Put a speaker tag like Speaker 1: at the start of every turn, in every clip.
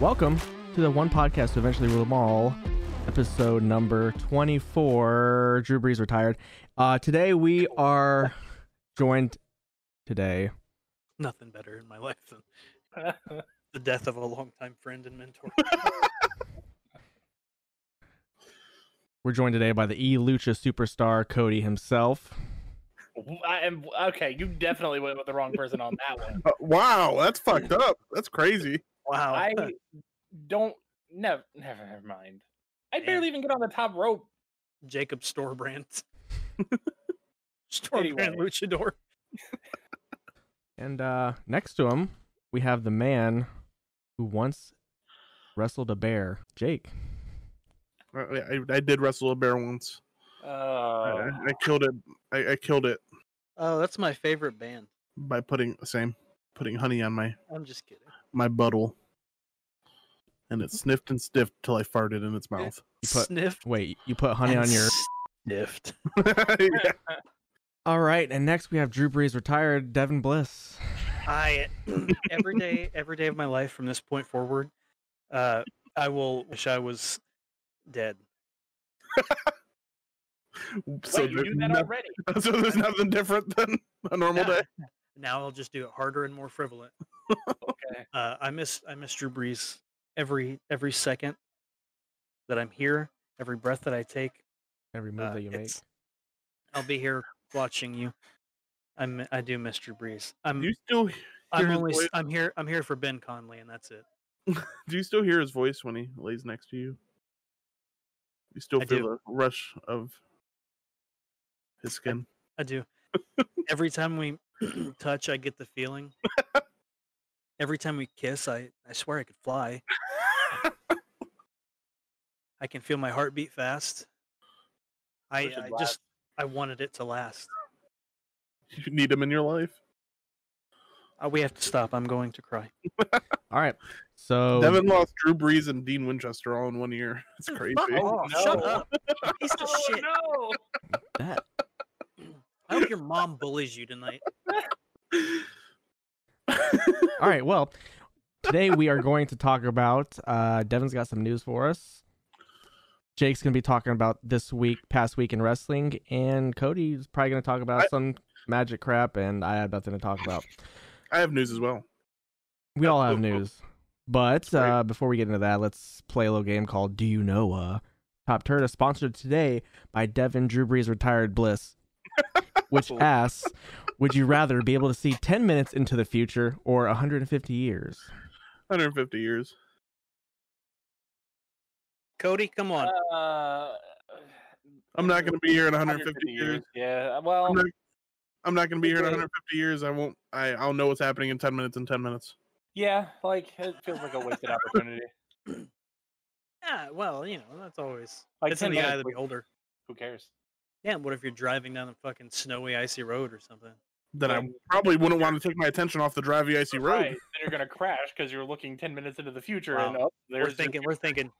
Speaker 1: Welcome to the one podcast to eventually rule them all, episode number 24. Drew Brees retired. Uh, today we are joined today.
Speaker 2: nothing better in my life than the death of a longtime friend and mentor.
Speaker 1: We're joined today by the E Lucha superstar Cody himself.
Speaker 3: I am okay. You definitely went with the wrong person on that one.
Speaker 4: Uh, wow, that's fucked up. That's crazy.
Speaker 2: Wow.
Speaker 3: I don't. Never, never mind. I
Speaker 2: Damn.
Speaker 3: barely even get on the top rope.
Speaker 2: Jacob Storbrand.
Speaker 3: Anyway.
Speaker 2: Storbrand Luchador.
Speaker 1: And uh, next to him, we have the man who once wrestled a bear, Jake.
Speaker 4: I, I, I did wrestle a bear once. I-
Speaker 3: Uh,
Speaker 4: I, I killed it. I, I killed it
Speaker 2: Oh, that's my favorite band.
Speaker 4: by putting same putting honey on my
Speaker 2: I'm just kidding.
Speaker 4: my buttle, and it sniffed and sniffed till I farted in its mouth.
Speaker 1: You put-
Speaker 2: Sniffed.
Speaker 1: Wait, you put honey
Speaker 2: and
Speaker 1: on your.
Speaker 2: Sniffed.
Speaker 4: Yeah.
Speaker 1: All right, and next we have Drew Brees retired, Devin Bliss.
Speaker 2: I every day, every day of my life from this point forward, uh, I will wish I was dead.
Speaker 4: so,
Speaker 3: wait, you
Speaker 4: there's
Speaker 3: knew that
Speaker 4: no-
Speaker 3: already.
Speaker 4: so there's nothing different than a normal
Speaker 2: No.
Speaker 4: day.
Speaker 2: Now I'll just do it harder and more frivolent.
Speaker 3: Okay.
Speaker 2: Uh, I miss I miss Drew Brees every every second that I'm here, every breath that I take.
Speaker 1: Every move
Speaker 2: Uh,
Speaker 1: that you make.
Speaker 2: it's- I'll be here watching you. I'm I do miss Drew Brees. I'm
Speaker 4: Do you still hear
Speaker 2: I'm
Speaker 4: his
Speaker 2: only s-
Speaker 4: voice?
Speaker 2: I'm here I'm here for Ben Conley and that's it.
Speaker 4: do you still hear his voice when he lays next to you? You still
Speaker 2: I
Speaker 4: feel
Speaker 2: do.
Speaker 4: the rush of his skin.
Speaker 2: I do. Every time we touch, I get the feeling. Every time we kiss, I I swear I could fly. I can feel my heartbeat fast. I,
Speaker 3: Wish it
Speaker 2: I just I wanted it to last.
Speaker 4: You need him in your life.
Speaker 2: Uh, we have to stop. I'm going to cry.
Speaker 1: All right, so
Speaker 4: Devin lost Drew Brees and Dean Winchester all in one year. It's crazy.
Speaker 3: Oh,
Speaker 2: Fuck off, Oh, Shut
Speaker 3: no.
Speaker 2: up. Piece of
Speaker 3: Oh
Speaker 2: shit.
Speaker 3: no!
Speaker 1: that
Speaker 2: I hope your mom bullies you tonight.
Speaker 1: All right. Well, today we are going to talk about. Uh, Devin's got some news for us. Jake's going to be talking about this week, past week in wrestling, and Cody's probably going to talk about
Speaker 4: I-
Speaker 1: some magic crap, and I have nothing to talk about.
Speaker 4: I have news as well.
Speaker 1: We all have
Speaker 4: Oh, oh.
Speaker 1: news, but
Speaker 4: That's right.
Speaker 1: uh, before we get into that, let's play a little game called Do You Know? Uh, Top Turd is sponsored today by Devin Drew Brees Retired Bliss, which
Speaker 2: Cool.
Speaker 1: asks, "Would you rather be able to see 10 minutes into the future or 150 years?"
Speaker 4: 150 years.
Speaker 2: Cody, come on.
Speaker 3: Uh,
Speaker 4: I'm not going to be here in 150 years.
Speaker 3: Yeah. Well,
Speaker 4: I'm not, I'm not going to be here in
Speaker 3: Okay.
Speaker 4: 150 years. I won't. I, I'll know what's happening in 10 minutes. In 10 minutes.
Speaker 3: yeah. Like it feels like a wasted opportunity.
Speaker 2: yeah, well, you know, that's always
Speaker 3: Like
Speaker 2: it's in
Speaker 3: 10
Speaker 2: the eye of
Speaker 3: minutes
Speaker 2: the
Speaker 3: would-
Speaker 2: beholder.
Speaker 3: Who cares?
Speaker 2: Yeah, what if you're driving down a fucking snowy, icy road or something?
Speaker 4: Then I
Speaker 3: Right.
Speaker 4: probably wouldn't want to take my attention off the drivey icy road.
Speaker 3: Right. Then you're gonna crash because you're looking ten minutes into the future and
Speaker 2: Wow.
Speaker 3: up there's
Speaker 2: we're
Speaker 3: your
Speaker 2: thinking, we're thinking,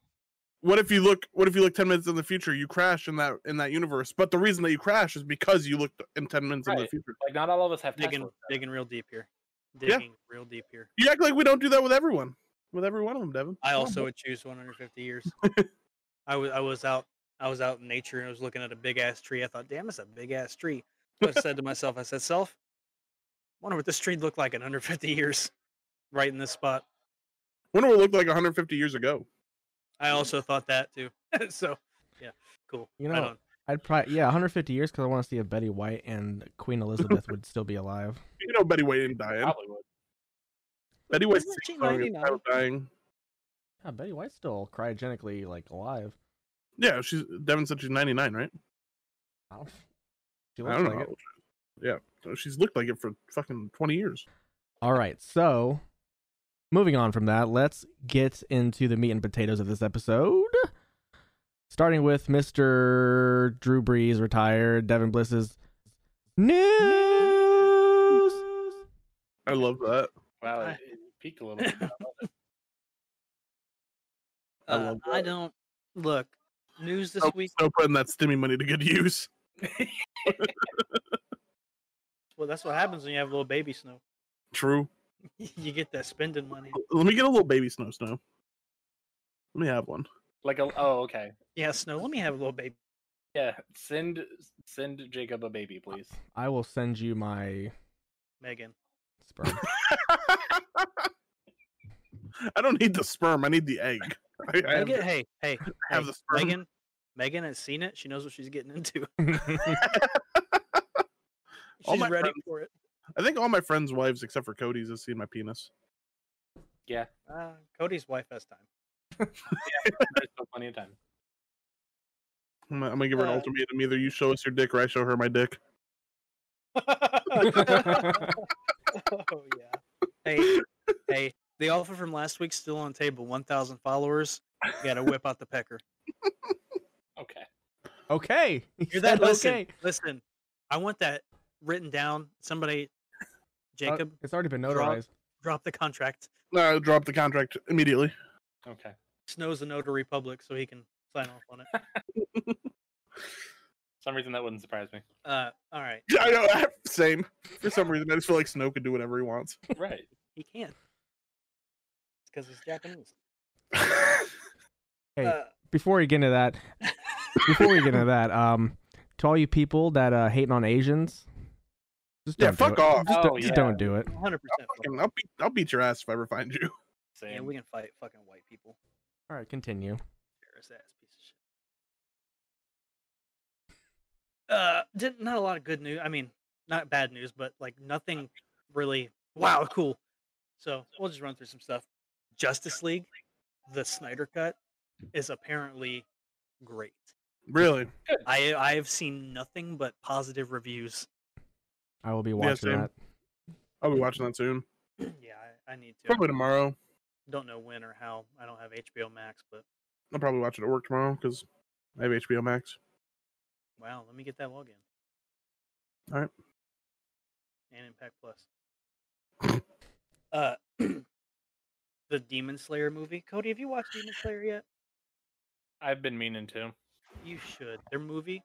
Speaker 4: What if you look? What if you look 10 minutes in the future? You crash in that in that universe. But the reason that you crash is because you looked in 10 minutes into the
Speaker 3: Right.
Speaker 4: future.
Speaker 3: Like not all of us have
Speaker 2: digging,
Speaker 3: Teslas.
Speaker 2: digging real deep here,
Speaker 4: Yeah.
Speaker 2: digging real deep here.
Speaker 4: You act like we don't do that with everyone. With every one of them, Devin.
Speaker 2: I also would choose 150 years. I was, I was out, I was out in nature and I was looking at a big ass tree. I thought, damn, it's a big ass tree. But I said to myself, I said, self, wonder what this tree looked like in under 50 years, right in this spot.
Speaker 4: Wonder what it looked like 150 years ago.
Speaker 2: I also thought that too. so, yeah, cool.
Speaker 1: You
Speaker 2: Right
Speaker 1: know,
Speaker 2: on.
Speaker 1: I'd probably yeah, 150 years because I want to see if Betty White and Queen Elizabeth would still be alive.
Speaker 4: You know Betty White didn't die. in.
Speaker 3: Probably would.
Speaker 4: Betty White's
Speaker 2: Wasn't she
Speaker 4: singing song is
Speaker 2: 99?
Speaker 4: about dying.
Speaker 1: Yeah, Betty White's still cryogenically like alive.
Speaker 4: Yeah, she's Devin said she's 99, right?
Speaker 1: I don't, she
Speaker 4: I
Speaker 1: looks
Speaker 4: don't know.
Speaker 1: like
Speaker 4: how
Speaker 1: it.
Speaker 4: old she is. Yeah, so she's looked like it for fucking 20 years.
Speaker 1: All right, so moving on from that, let's get into the meat and potatoes of this episode. Starting with Mr. Drew Brees retired, Devin Bliss's news.
Speaker 4: I love that.
Speaker 3: Wow,
Speaker 2: I-
Speaker 3: it, it peaked a little bit. but I love it.
Speaker 4: I
Speaker 2: Uh,
Speaker 4: love
Speaker 2: I
Speaker 4: that. Oh.
Speaker 2: don't look news this
Speaker 4: No,
Speaker 2: week.
Speaker 4: no putting that stimmy money to good use.
Speaker 2: Well, that's what happens when you have a little baby snow.
Speaker 4: True.
Speaker 2: you get that spending money.
Speaker 4: L- Let me get a little baby snow snow. Let me have one.
Speaker 3: Like a oh okay
Speaker 2: Yeah, Snow, let me have a little baby.
Speaker 3: yeah send send Jacob a baby please.
Speaker 1: I will send you my
Speaker 2: Megan.
Speaker 1: sperm.
Speaker 4: I don't need the sperm. I need the egg. I, I have,
Speaker 2: Megan, hey, hey,
Speaker 4: have
Speaker 2: hey,
Speaker 4: the sperm.
Speaker 2: Megan. Megan has seen it. She knows what she's getting into.
Speaker 4: All
Speaker 2: She's
Speaker 4: my
Speaker 2: ready
Speaker 4: friends-
Speaker 2: for it.
Speaker 4: I think all my friends' wives, except for Cody's, have seen my penis.
Speaker 2: Uh, Cody's wife has time.
Speaker 3: There's still plenty of time.
Speaker 4: I'm, gonna- I'm gonna give her an
Speaker 2: Uh.
Speaker 4: ultimatum: either you show us your dick, or I show her my dick.
Speaker 2: Oh yeah. Hey, hey. The offer from last week's still on the table. One thousand followers. You gotta whip out the pecker.
Speaker 3: Okay.
Speaker 1: okay. He
Speaker 2: Hear
Speaker 1: said
Speaker 2: that? Listen,
Speaker 1: okay.
Speaker 2: listen. I want that written down. Somebody,
Speaker 1: Uh,
Speaker 2: Jacob,
Speaker 1: it's already been
Speaker 2: drop-
Speaker 1: notarized.
Speaker 2: drop the contract.
Speaker 4: Uh, drop the contract immediately.
Speaker 3: Okay.
Speaker 2: Snow's a notary public, so he can sign off on it.
Speaker 3: For some reason that wouldn't surprise me.
Speaker 2: Uh, all right.
Speaker 4: I know. Same. For some reason, I just feel like Snow could do whatever he wants.
Speaker 3: Right.
Speaker 2: He can't. It's because he's Japanese.
Speaker 1: Hey,
Speaker 2: Uh,
Speaker 1: before we get into that, before we get into that, um, to all you people that uh hating on Asians, just
Speaker 4: yeah,
Speaker 1: don't do
Speaker 4: fuck
Speaker 1: it.
Speaker 4: off.
Speaker 1: Just,
Speaker 3: Oh,
Speaker 1: don't, just
Speaker 3: yeah.
Speaker 1: don't do it.
Speaker 2: 100%. fucking-
Speaker 4: Fucking- I'll beat, I'll beat your ass if I ever find you.
Speaker 3: Same.
Speaker 2: Yeah, we can fight fucking white people.
Speaker 1: All right, continue.
Speaker 2: Terrorist ass piece of shit. Uh, didn't not a lot of good news. I mean, not bad news, but like nothing really. Wow, cool. So we'll just run through some stuff. Justice League, the Snyder cut, is apparently great.
Speaker 4: Really?
Speaker 2: I I have seen nothing but positive reviews.
Speaker 1: I will be watching
Speaker 4: same.
Speaker 1: that. Uh,
Speaker 4: I'll be watching that soon.
Speaker 2: yeah, I, I need to.
Speaker 4: Probably tomorrow.
Speaker 2: Don't know when or how. I don't have HBO Max, but
Speaker 4: I'll probably watch it at work tomorrow because I have HBO Max.
Speaker 2: Wow, let me get that login.
Speaker 4: Alright.
Speaker 2: And Impact Plus. uh the Demon Slayer movie. Cody, have you watched Demon Slayer yet?
Speaker 3: I've been meaning to.
Speaker 2: You should. Their movie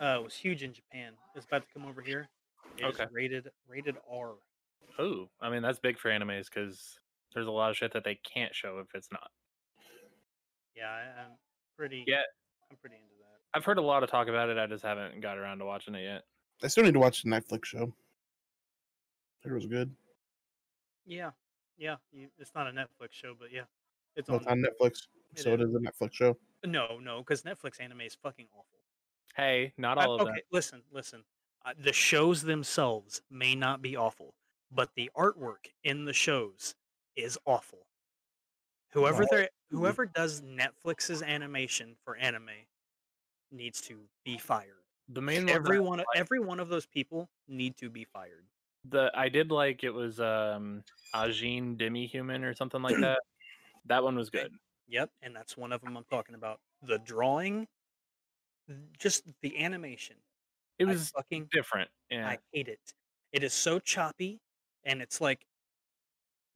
Speaker 2: uh was huge in Japan. It's about to come over here. It is
Speaker 3: Okay.
Speaker 2: rated rated R.
Speaker 3: Ooh, I mean that's big for animes because there's a lot of shit that they can't show if it's not.
Speaker 2: Yeah, I, I'm pretty
Speaker 3: Yeah.
Speaker 2: I'm pretty into that.
Speaker 3: I've heard a lot of talk about it. I just haven't got around to watching it yet.
Speaker 4: I still need to watch the Netflix show. It was good.
Speaker 2: Yeah. Yeah. You, it's not a Netflix show, but yeah. It's
Speaker 4: Well, it's
Speaker 2: on,
Speaker 4: on Netflix,
Speaker 2: it
Speaker 4: so it is a Netflix show.
Speaker 2: No, no, because Netflix anime is fucking awful.
Speaker 3: Hey, not
Speaker 2: I-
Speaker 3: all of
Speaker 2: okay, listen, listen. Uh, the shows themselves may not be awful, but the artwork in the shows is awful. Whoever
Speaker 4: Right.
Speaker 2: they whoever does Netflix's animation for anime needs to be fired.
Speaker 3: that. The main
Speaker 2: Every
Speaker 3: everyone
Speaker 2: one, of, every one of those people need to be fired.
Speaker 3: the I did like it was um Ajin Demi Human or something like that. That one was good.
Speaker 2: Yep, and that's one of them I'm talking about. The drawing, n- just the animation.
Speaker 3: It
Speaker 2: I
Speaker 3: was
Speaker 2: fucking
Speaker 3: different. Yeah.
Speaker 2: I hate it. It is so choppy and it's like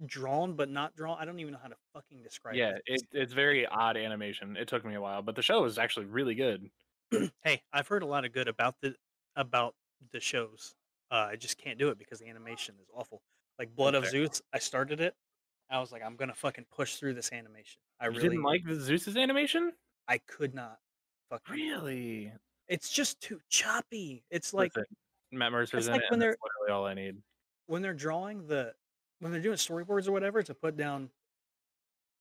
Speaker 2: drawn but not drawn. I don't even know how to fucking describe
Speaker 3: yeah,
Speaker 2: it.
Speaker 3: it, it's very odd animation. It took me a while, but the show was actually really good.
Speaker 2: hey, I've heard a lot of good about the about the shows. Uh, I just can't do it because the animation is awful. Like Blood of
Speaker 3: Okay.
Speaker 2: Zeus, I started it. I was like, I'm gonna fucking push through this animation. I
Speaker 3: I
Speaker 2: really
Speaker 3: didn't like the Zeus's animation.
Speaker 2: I could not fucking do it.
Speaker 3: Really?
Speaker 2: It's just too choppy. It's like
Speaker 3: Listen, Matt
Speaker 2: it's
Speaker 3: Mercer's in
Speaker 2: like
Speaker 3: it.
Speaker 2: when
Speaker 3: and that's
Speaker 2: they're-
Speaker 3: literally all I need.
Speaker 2: when they're drawing the when they're doing storyboards or whatever to put down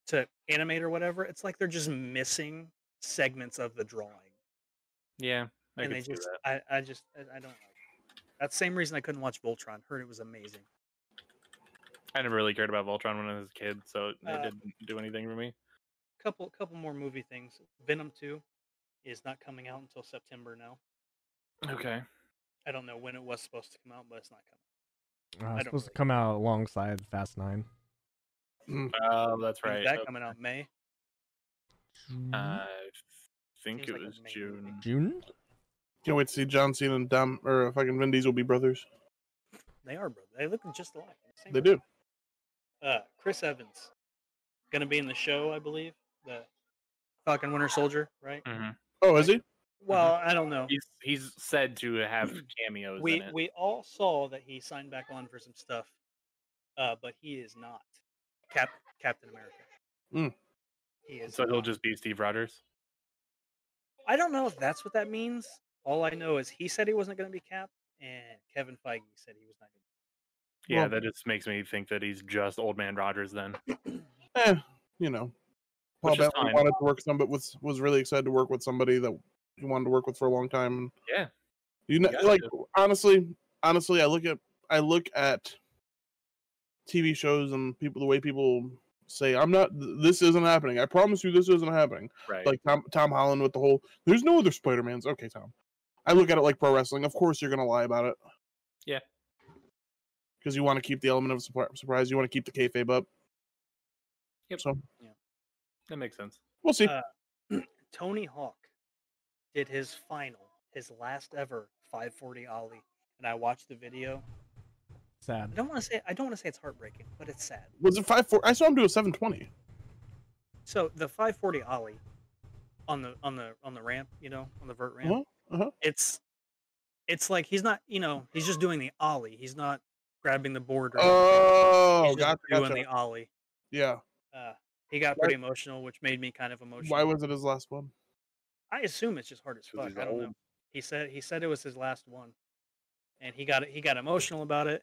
Speaker 2: to animate or whatever, it's like they're just missing segments of the drawing,
Speaker 3: Yeah, I
Speaker 2: and
Speaker 3: could
Speaker 2: they
Speaker 3: see
Speaker 2: just
Speaker 3: that.
Speaker 2: I, I just I, I don't. Like it. That's the same reason I couldn't watch Voltron. Heard it was amazing.
Speaker 3: I never really cared about Voltron when I was a kid, so it
Speaker 2: Uh,
Speaker 3: didn't do anything for me.
Speaker 2: Couple couple more movie things. Venom two is not coming out until September now.
Speaker 3: Okay.
Speaker 2: I don't know when it was supposed to come out, but it's not coming.
Speaker 1: Uh,
Speaker 2: don't
Speaker 1: it's supposed to
Speaker 2: really-
Speaker 1: come out alongside Fast Nine.
Speaker 3: Oh, that's
Speaker 2: When's
Speaker 3: right.
Speaker 2: that
Speaker 3: okay.
Speaker 2: coming out May. Uh,
Speaker 3: I think
Speaker 2: Seems
Speaker 3: it
Speaker 2: like a
Speaker 3: was
Speaker 2: May movie.
Speaker 3: June.
Speaker 1: June.
Speaker 4: Can't wait to see John Cena and Dom or uh, fucking Vin Diesel be brothers.
Speaker 2: They are, bro. They look just alike. they're the same
Speaker 4: They
Speaker 2: person.
Speaker 4: do.
Speaker 2: uh, Chris Evans, gonna be in the show, I believe, the Falcon Winter Soldier, right?
Speaker 3: Mhm.
Speaker 4: Oh, is he?
Speaker 3: Mm-hmm.
Speaker 2: Well, I don't know.
Speaker 3: He's he's said to have cameos
Speaker 2: We
Speaker 3: in it.
Speaker 2: we all saw that he signed back on for some stuff, uh, but he is not Cap Captain America.
Speaker 4: Mm.
Speaker 2: He is.
Speaker 3: So he'll
Speaker 2: not.
Speaker 3: just be Steve Rogers.
Speaker 2: I don't know if that's what that means. All I know is he said he wasn't going to be Cap, and Kevin Feige said he was not going
Speaker 3: Yeah,
Speaker 1: Well-
Speaker 3: that just makes me think that he's just Old Man Rogers then.
Speaker 4: Eh, you know, Paul
Speaker 3: Which is
Speaker 4: Bettany
Speaker 3: fine.
Speaker 4: wanted to work some, but was was really excited to work with somebody that he wanted to work with for a long time. And
Speaker 3: Yeah.
Speaker 4: you know,
Speaker 3: gotta
Speaker 4: like
Speaker 3: do.
Speaker 4: honestly, honestly, I look at I look at TV shows and people the way people say, "I'm not. th- This isn't happening. I promise you, this isn't happening."
Speaker 3: Right.
Speaker 4: Like Tom Tom Holland with the whole, "There's no other Spider Mans." Okay, Tom. I look at it like pro wrestling. Of course, you're gonna lie about it.
Speaker 3: Yeah.
Speaker 4: Because you want to keep the element of surpri- surprise. You want to keep the kayfabe up.
Speaker 3: Yep.
Speaker 4: So
Speaker 3: that makes sense.
Speaker 4: we'll see.
Speaker 2: Uh, to. Tony Hawk did his final, his last ever 540 Ollie, and I watched the video. I
Speaker 1: Sad.
Speaker 2: don't want to say I don't want to say it's heartbreaking, but it's sad.
Speaker 4: Was it five four? I saw him do a seven twenty.
Speaker 2: So the 540 ollie on the on the on the ramp, you know, on the vert ramp.
Speaker 4: Uh-huh, uh-huh.
Speaker 2: It's it's like he's not, you know, he's just doing the ollie. He's not grabbing the board. or anything.
Speaker 4: Oh,
Speaker 2: he's
Speaker 4: gotcha,
Speaker 2: just doing
Speaker 4: gotcha.
Speaker 2: the ollie.
Speaker 4: Yeah.
Speaker 2: Uh, he got
Speaker 4: Why-
Speaker 2: pretty emotional, which made me kind of emotional.
Speaker 4: Why was it his last one?
Speaker 2: I assume it's just hard as
Speaker 3: 'Cause
Speaker 2: fuck.
Speaker 3: he's
Speaker 2: I don't know.
Speaker 3: old.
Speaker 2: He said he said it was his last one, and he got he got emotional about it.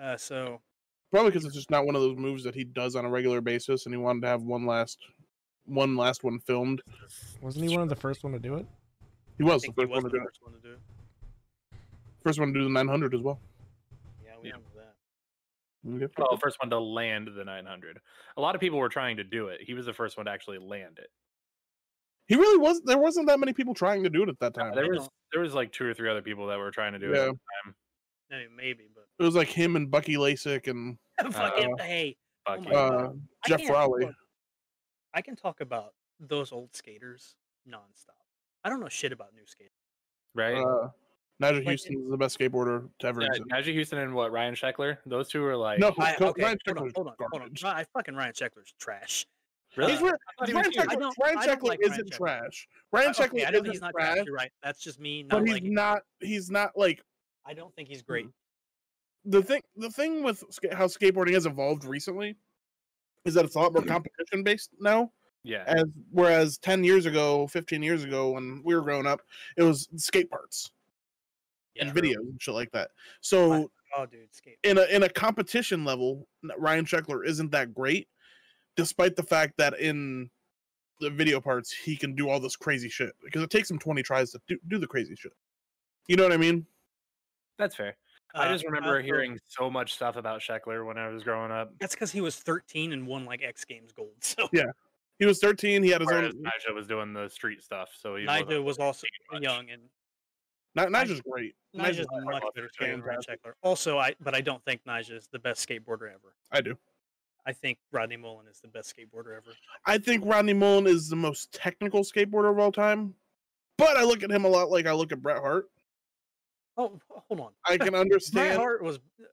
Speaker 2: Uh, so
Speaker 4: Probably because it's just not one of those moves that he does on a regular basis, and he wanted to have one last, one last one filmed.
Speaker 1: Wasn't he one of the first one to do it?
Speaker 4: He
Speaker 2: I
Speaker 4: was the
Speaker 2: think he
Speaker 4: first
Speaker 2: was
Speaker 4: one to
Speaker 2: the
Speaker 4: do it.
Speaker 2: first one to do it.
Speaker 4: First one to do the nine hundred as well.
Speaker 2: Yeah, we
Speaker 3: Yeah.
Speaker 2: know that.
Speaker 4: Yep.
Speaker 2: Oh,
Speaker 3: Well, the first one to land the 900. A lot of people were trying to do it. He was the first one to actually land it.
Speaker 4: He really was. There wasn't that many people trying to do it at that time.
Speaker 3: There
Speaker 2: I
Speaker 3: was
Speaker 2: don't-
Speaker 3: there was like two or three other people that were trying to do it.
Speaker 4: Oh, Yeah.
Speaker 3: at the time.
Speaker 2: I mean, maybe, but
Speaker 4: It was like him and Bucky Lasik and
Speaker 2: fucking hey,
Speaker 3: Fuck
Speaker 2: my
Speaker 3: you.
Speaker 2: God.
Speaker 4: uh,
Speaker 2: I
Speaker 4: Jeff
Speaker 2: can't-
Speaker 4: Rowley.
Speaker 2: look, I can talk about those old skaters nonstop. I don't know shit about new skaters.
Speaker 3: right?
Speaker 4: uh, Nigel
Speaker 2: Like-
Speaker 4: Houston is the best skateboarder to ever
Speaker 3: yeah,
Speaker 4: exist.
Speaker 3: Najee Houston and what Ryan Scheckler? Those two were like
Speaker 4: No,
Speaker 2: I,
Speaker 4: Co-
Speaker 2: okay,
Speaker 4: Ryan
Speaker 2: hold on,
Speaker 4: Sheckler's
Speaker 2: hold on, hold on.
Speaker 4: garbage.
Speaker 2: Ryan, fucking Ryan Sheckler's trash.
Speaker 3: really.
Speaker 4: He's re-
Speaker 3: I thought he was
Speaker 4: Ryan
Speaker 3: huge.
Speaker 2: I
Speaker 4: Sheckler,
Speaker 2: don't-
Speaker 4: Ryan
Speaker 2: I don't
Speaker 4: Sheckler
Speaker 2: like Ryan
Speaker 4: isn't
Speaker 2: Sheckler.
Speaker 4: trash. Ryan
Speaker 2: Okay,
Speaker 4: Sheckler
Speaker 2: I know he's
Speaker 4: isn't
Speaker 2: not trash.
Speaker 4: trash,
Speaker 2: You're right. That's just me. Not
Speaker 4: but he's
Speaker 2: liking-
Speaker 4: not. He's not like
Speaker 2: I don't think he's great.
Speaker 4: the thing the thing with ska- how skateboarding has evolved recently is that it's a lot more competition based now
Speaker 3: Yeah,
Speaker 4: as whereas 10 years ago 15 years ago when we were growing up it was skate parts
Speaker 2: Yeah.
Speaker 4: and videos and shit like that so
Speaker 2: Oh, dude, skate.
Speaker 4: in a in a competition level n- ryan scheckler isn't that great despite the fact that in the video parts he can do all this crazy shit because it takes him 20 tries to do, do the crazy shit you know what i mean
Speaker 3: that's fair. I
Speaker 2: Uh,
Speaker 3: just remember
Speaker 2: uh,
Speaker 3: hearing so much stuff about Scheckler when I was growing up.
Speaker 2: that's because he was 13 and won like X Games gold. So
Speaker 4: he was 13 he had his
Speaker 3: Whereas
Speaker 4: own
Speaker 3: Nigel was doing the street stuff, so he wasn't
Speaker 2: Nigel was also
Speaker 3: much.
Speaker 2: young and
Speaker 4: Ni- Nigel's great
Speaker 2: Nigel's
Speaker 4: Nigel's
Speaker 2: much
Speaker 3: fucking
Speaker 2: better skater than Ryan
Speaker 4: fantastic.
Speaker 2: Sheckler. Also, I but I don't think Nigel is the best skateboarder ever.
Speaker 4: i do
Speaker 2: I think Rodney Mullen is the best skateboarder ever.
Speaker 4: I think Rodney Mullen is the most technical skateboarder of all time, but I look at him a lot like I look at Bret Hart.
Speaker 2: Oh, hold on.
Speaker 4: I can
Speaker 2: My
Speaker 4: understand.
Speaker 2: heart was uh,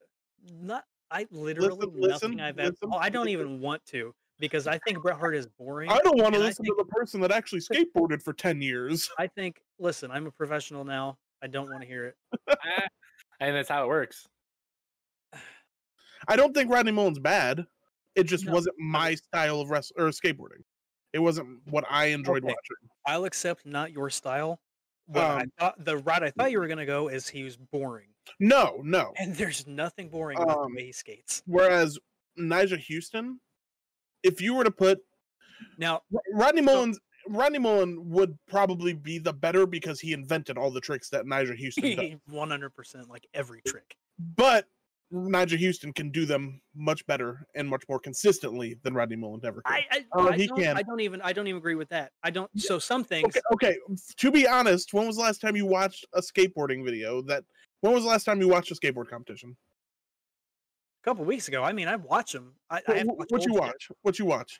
Speaker 2: not. I literally
Speaker 4: listen,
Speaker 2: nothing I've ever.
Speaker 4: listen,
Speaker 2: Oh, I don't
Speaker 4: listen.
Speaker 2: even want to because I think Bret Hart is boring.
Speaker 4: I don't want to
Speaker 2: and I
Speaker 4: listen to the person that actually skateboarded for ten years.
Speaker 2: I think. Listen, I'm a professional now. I don't want to hear it.
Speaker 3: Ah, and that's how it works.
Speaker 4: I don't think Rodney Mullen's bad. It just
Speaker 2: No,
Speaker 4: wasn't my style of wrestling or skateboarding. It wasn't what I enjoyed
Speaker 2: Okay.
Speaker 4: watching.
Speaker 2: I'll accept not your style. What I
Speaker 4: Um,
Speaker 2: thought the route I thought you were gonna go is he was boring,
Speaker 4: No, no.
Speaker 2: and there's nothing boring about
Speaker 4: Um,
Speaker 2: the way he skates.
Speaker 4: Whereas Nigel Houston, if you were to put
Speaker 2: Now,
Speaker 4: Ro- Rodney Mullen's Rodney Mullen would probably be the better because he invented all the tricks that Nigel Houston does.
Speaker 2: 100 percent like every trick.
Speaker 4: but Nigel Houston can do them much better and much more consistently than Rodney Mullen ever could.
Speaker 2: I, I,
Speaker 4: Oh,
Speaker 2: I
Speaker 4: he
Speaker 2: don't,
Speaker 4: can.
Speaker 2: I don't even. I don't even agree with that. I don't. So some things.
Speaker 4: okay, okay. To be honest, when was the last time you watched a skateboarding video? That when was the last time you watched a skateboard competition?
Speaker 2: A couple weeks ago, I mean, I watch him. I, I
Speaker 4: Wh-
Speaker 2: have to
Speaker 4: wh-
Speaker 2: watch
Speaker 4: what
Speaker 2: old
Speaker 4: you
Speaker 2: shit.
Speaker 4: watch? What you watch?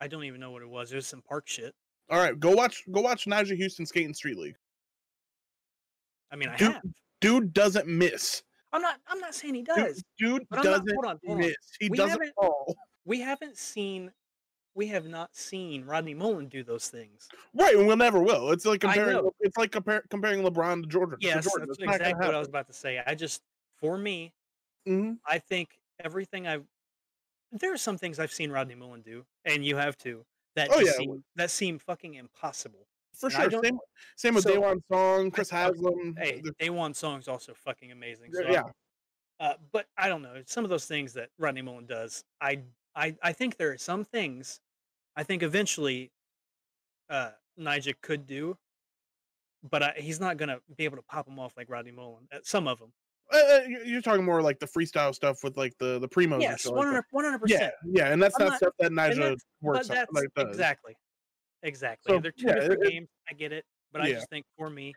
Speaker 2: I don't even know what it was. It was some park shit.
Speaker 4: All right, go watch go watch Nigel Houston skate in Street League.
Speaker 2: I mean, I
Speaker 4: Dude-
Speaker 2: have.
Speaker 4: Dude doesn't miss.
Speaker 2: I'm not. I'm not saying he
Speaker 4: Dude,
Speaker 2: does.
Speaker 4: dude
Speaker 2: But I'm not-
Speaker 4: doesn't
Speaker 2: hold on, hold on.
Speaker 4: miss. He
Speaker 2: We
Speaker 4: doesn't
Speaker 2: haven't-
Speaker 4: fall.
Speaker 2: We haven't seen. We have not seen Rodney Mullen do those things.
Speaker 4: Right, and we'll never will. It's like
Speaker 2: I
Speaker 4: comparing
Speaker 2: know.
Speaker 4: it's like compare, comparing LeBron to Jordan. to
Speaker 2: Yes,
Speaker 4: Jordan.
Speaker 2: that's
Speaker 4: It's not gonna
Speaker 2: exactly what I
Speaker 4: happen.
Speaker 2: was about to say. I just, for me,
Speaker 4: Mhm.
Speaker 2: I think everything I've. There are some things I've seen Rodney Mullen do, and you have too, that
Speaker 4: Oh,
Speaker 2: just
Speaker 4: yeah, it
Speaker 2: seem, that seem fucking impossible.
Speaker 4: for
Speaker 2: And I
Speaker 4: sure.
Speaker 2: don't-
Speaker 4: Same, same with
Speaker 2: so-
Speaker 4: Daywan Song, Chris
Speaker 2: I- I-
Speaker 4: Haslam.
Speaker 2: Hey,
Speaker 4: they're-
Speaker 2: Day One song's also fucking amazing. So
Speaker 4: they're- yeah,
Speaker 2: Uh, but I don't know. Some of those things that Rodney Mullen does, I, I, I think there are some things I think eventually uh, Nigel could do, but I, he's not going to be able to pop them off like Rodney Mullen. Uh, some of them.
Speaker 4: Uh, uh, you- you're talking more like the freestyle stuff with like the the primos. and
Speaker 2: Yes,
Speaker 4: shit like that.
Speaker 2: 100 100%.
Speaker 4: Yeah, yeah, and that's
Speaker 2: I'm
Speaker 4: not,
Speaker 2: not-
Speaker 4: stuff that Nigel
Speaker 2: that's-
Speaker 4: works
Speaker 2: but
Speaker 4: on.
Speaker 2: that's
Speaker 4: Like, does.
Speaker 2: exactly, exactly.
Speaker 4: So,
Speaker 2: They're two
Speaker 4: yeah,
Speaker 2: different
Speaker 4: it- it-
Speaker 2: games. I get it, but I
Speaker 4: Yeah.
Speaker 2: just think for me,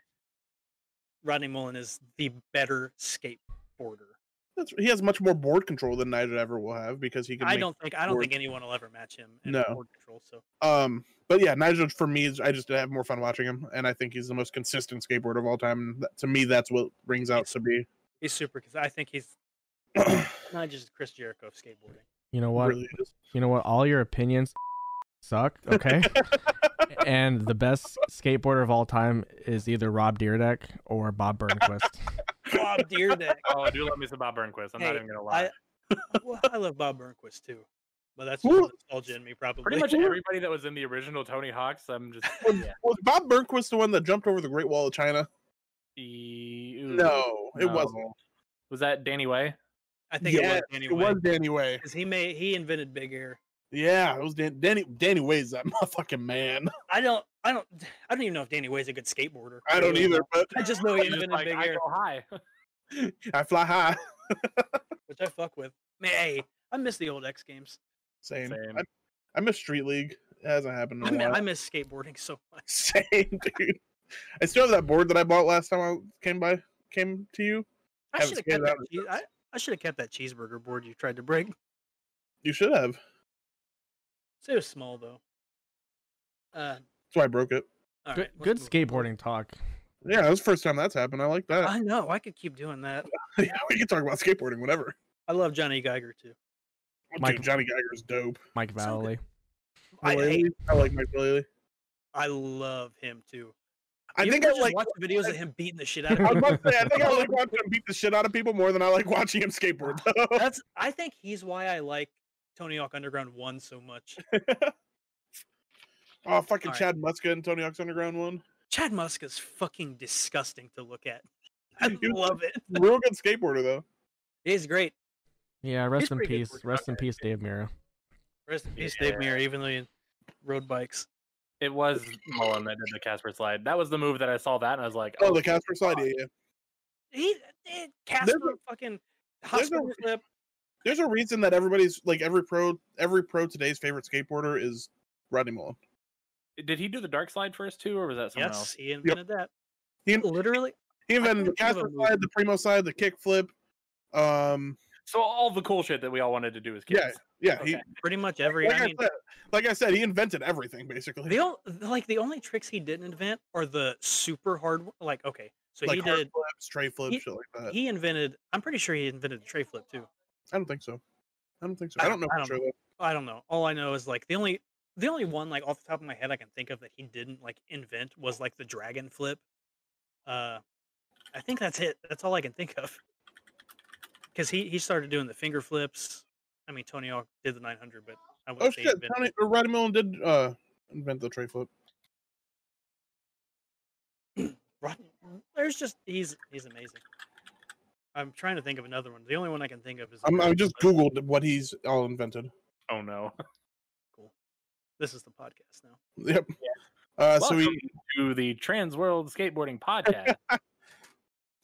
Speaker 2: Rodney Mullen is the better skateboarder.
Speaker 4: That's, he has much more board control than Nigel ever will have because he can.
Speaker 2: I
Speaker 4: make-
Speaker 2: don't think I don't
Speaker 4: board-
Speaker 2: think anyone will ever match him in
Speaker 4: No.
Speaker 2: board control. So
Speaker 4: Um, but yeah, Nigel for me is I just have more fun watching him, and I think he's the most consistent skateboarder of all time. That, to me, that's what rings out to be.
Speaker 2: he's super because I think he's not just Chris Jericho of skateboarding.
Speaker 1: You know what?
Speaker 4: Really is.
Speaker 1: You know what? All your opinions suck. Okay. and the best skateboarder of all time is either Rob Deerdeck or Bob Burnquist.
Speaker 2: Bob Deerdeck.
Speaker 3: Oh, I do love me some Bob Burnquist. I'm
Speaker 2: Hey,
Speaker 3: not even gonna lie.
Speaker 2: well, I love Bob Burnquist too, but that's just
Speaker 4: Who-
Speaker 2: the nostalgia in me probably.
Speaker 3: Pretty much everybody that was in the original Tony Hawk's. I'm just yeah.
Speaker 4: Was Bob Burnquist the one that jumped over the Great Wall of China?
Speaker 3: E-
Speaker 2: Mm,
Speaker 3: ooh,
Speaker 4: No, it wasn't.
Speaker 3: no. Was that Danny Way?
Speaker 2: I think
Speaker 4: Yes,
Speaker 2: it was
Speaker 4: It
Speaker 2: anyway
Speaker 4: was Danny Way.
Speaker 2: because he made he invented big air.
Speaker 4: Yeah, it was Dan- Danny. Danny Way's that motherfucking man.
Speaker 2: I don't, I don't, I don't even know if Danny Way's a good skateboarder.
Speaker 4: I don't
Speaker 2: really.
Speaker 4: either, but
Speaker 2: I just know he
Speaker 3: Just
Speaker 2: invented
Speaker 3: like,
Speaker 2: big
Speaker 3: I
Speaker 2: air,
Speaker 3: go high.
Speaker 4: I fly high.
Speaker 2: which I fuck with. Man, hey, I miss the old X Games.
Speaker 4: Same.
Speaker 3: Same.
Speaker 4: I, I miss Street League. It hasn't happened
Speaker 2: I
Speaker 4: in a
Speaker 2: miss,
Speaker 4: while.
Speaker 2: I miss skateboarding so much.
Speaker 4: Same, dude. I still have that board that I bought last time I came by came to you.
Speaker 2: I
Speaker 4: Haven't
Speaker 2: should have
Speaker 4: skated
Speaker 2: kept that.
Speaker 4: out in
Speaker 2: Cheese, I, I should have kept that cheeseburger board you tried to break.
Speaker 4: You should have. That's
Speaker 2: It's so small though. Uh,
Speaker 4: why I broke it.
Speaker 2: all
Speaker 1: Good,
Speaker 2: right, let's
Speaker 1: good
Speaker 2: move on.
Speaker 1: skateboarding talk.
Speaker 4: Yeah, that's the first time that's happened. I like that.
Speaker 2: I know. I could keep doing that.
Speaker 4: yeah, we can talk about skateboarding, whatever.
Speaker 2: I love Johnny Geiger too.
Speaker 1: Mike-
Speaker 4: Dude, Johnny Geiger is dope.
Speaker 1: Mike
Speaker 2: So good.
Speaker 1: Valley.
Speaker 2: I, hate,
Speaker 4: Mullally, I like Mike Mullally.
Speaker 2: I love him too.
Speaker 4: I
Speaker 2: You
Speaker 4: think
Speaker 2: ever
Speaker 4: I
Speaker 2: just
Speaker 4: like.
Speaker 2: watch videos of him beating the shit out
Speaker 4: I was
Speaker 2: of.
Speaker 4: about to say, I think I like watching him beat the shit out of people more than I like watching him skateboard. though. Oh,
Speaker 2: That's. I think he's why I like Tony Hawk Underground One so much.
Speaker 4: oh, fucking
Speaker 2: Alright.
Speaker 4: Chad Muska and Tony Hawk's Underground one.
Speaker 2: Chad Musk is fucking disgusting to look at. I
Speaker 4: He was
Speaker 2: love it.
Speaker 4: Real good skateboarder though.
Speaker 2: He's great.
Speaker 1: Yeah, rest in
Speaker 2: pretty good
Speaker 1: peace.
Speaker 2: for
Speaker 1: Rest in peace, Dave Mira.
Speaker 2: Rest in peace,
Speaker 3: Yeah.
Speaker 2: Dave Mirror, even though you rode bikes.
Speaker 3: It was Mullen that did the Casper slide. That was the move that I saw that and I was like,
Speaker 4: Oh, the Casper slide. Yeah, yeah.
Speaker 2: He, eh, Casper fucking hot
Speaker 4: there's a-
Speaker 2: spring flip.
Speaker 4: There's a reason that everybody's like every pro, every pro today's favorite skateboarder is Rodney Mullen.
Speaker 3: Did he do the dark slide first too, or was that someone
Speaker 2: Yes,
Speaker 3: else?
Speaker 2: he invented
Speaker 4: He-
Speaker 2: that. Literally,
Speaker 4: He invented
Speaker 2: couldn't think of
Speaker 4: the
Speaker 2: a
Speaker 4: Casper
Speaker 2: movie.
Speaker 4: slide, the primo slide, the kickflip. Um,
Speaker 3: So all the cool shit that we all wanted to do as kids.
Speaker 4: Yeah, yeah, he
Speaker 3: Okay.
Speaker 2: pretty much every.
Speaker 4: like
Speaker 2: I
Speaker 4: I,
Speaker 2: mean,
Speaker 4: said, like I said, he invented everything basically.
Speaker 2: The only, like the only tricks he didn't invent are the super hard. one- Like okay, so
Speaker 4: like
Speaker 2: he
Speaker 4: hard
Speaker 2: did.
Speaker 4: flips, tray flips,
Speaker 2: he-
Speaker 4: shit like that.
Speaker 2: He invented. I'm pretty sure he invented the tray flip too.
Speaker 4: I don't think so. I don't think so.
Speaker 2: I
Speaker 4: I don't know
Speaker 2: don't-
Speaker 4: for
Speaker 2: I
Speaker 4: sure.
Speaker 2: don't
Speaker 4: Though.
Speaker 2: I don't know. All I know is like the only the only one like off the top of my head I can think of that he didn't like invent was like the dragon flip. Uh, I think that's it. That's all I can think of. Because he he started doing the finger flips. I mean, Tony Hawk did the 900, but I
Speaker 4: Oh
Speaker 2: wouldn't say he
Speaker 4: shit,
Speaker 2: invented
Speaker 4: Tony
Speaker 2: it.
Speaker 4: or Rodney Mullen did uh invent the tray flip.
Speaker 2: Rod- There's just he's he's amazing. I'm trying to think of another one. The only one I can think of is. the
Speaker 4: I'm, I
Speaker 2: dragon
Speaker 4: just
Speaker 2: flip.
Speaker 4: googled what he's all invented.
Speaker 3: Oh no.
Speaker 2: This is the podcast now.
Speaker 4: Yep. Uh, so
Speaker 3: Welcome
Speaker 4: he
Speaker 3: to the Trans World Skateboarding Podcast.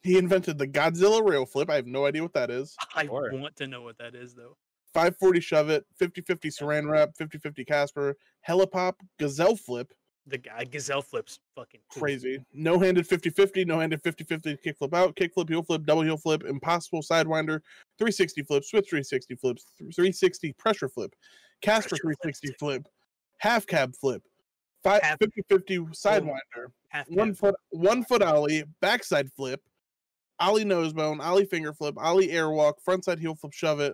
Speaker 4: he invented the Godzilla rail flip. I have no idea what that is.
Speaker 2: I
Speaker 3: Sure.
Speaker 2: want to know what that is though.
Speaker 4: 540 shove it, 50-50 saran wrap, 50-50 Casper, helipop, gazelle flip.
Speaker 2: The guy gazelle flips fucking cool.
Speaker 4: crazy. No handed 50 50, no handed 50 50, kick flip out, kick flip, heel flip, double heel flip, impossible sidewinder, 360 flip, switch 360 flips, th- 360 pressure flip, caster
Speaker 2: Pressure flip,
Speaker 4: 360
Speaker 2: dude.
Speaker 4: flip, half cab flip, fi-
Speaker 2: Half- Oh.
Speaker 4: 50 50 sidewinder,
Speaker 2: Half
Speaker 4: one
Speaker 2: cab.
Speaker 4: foot, one foot ollie, backside flip, ollie nosebone, ollie finger flip, ollie airwalk, frontside heel flip, shove it,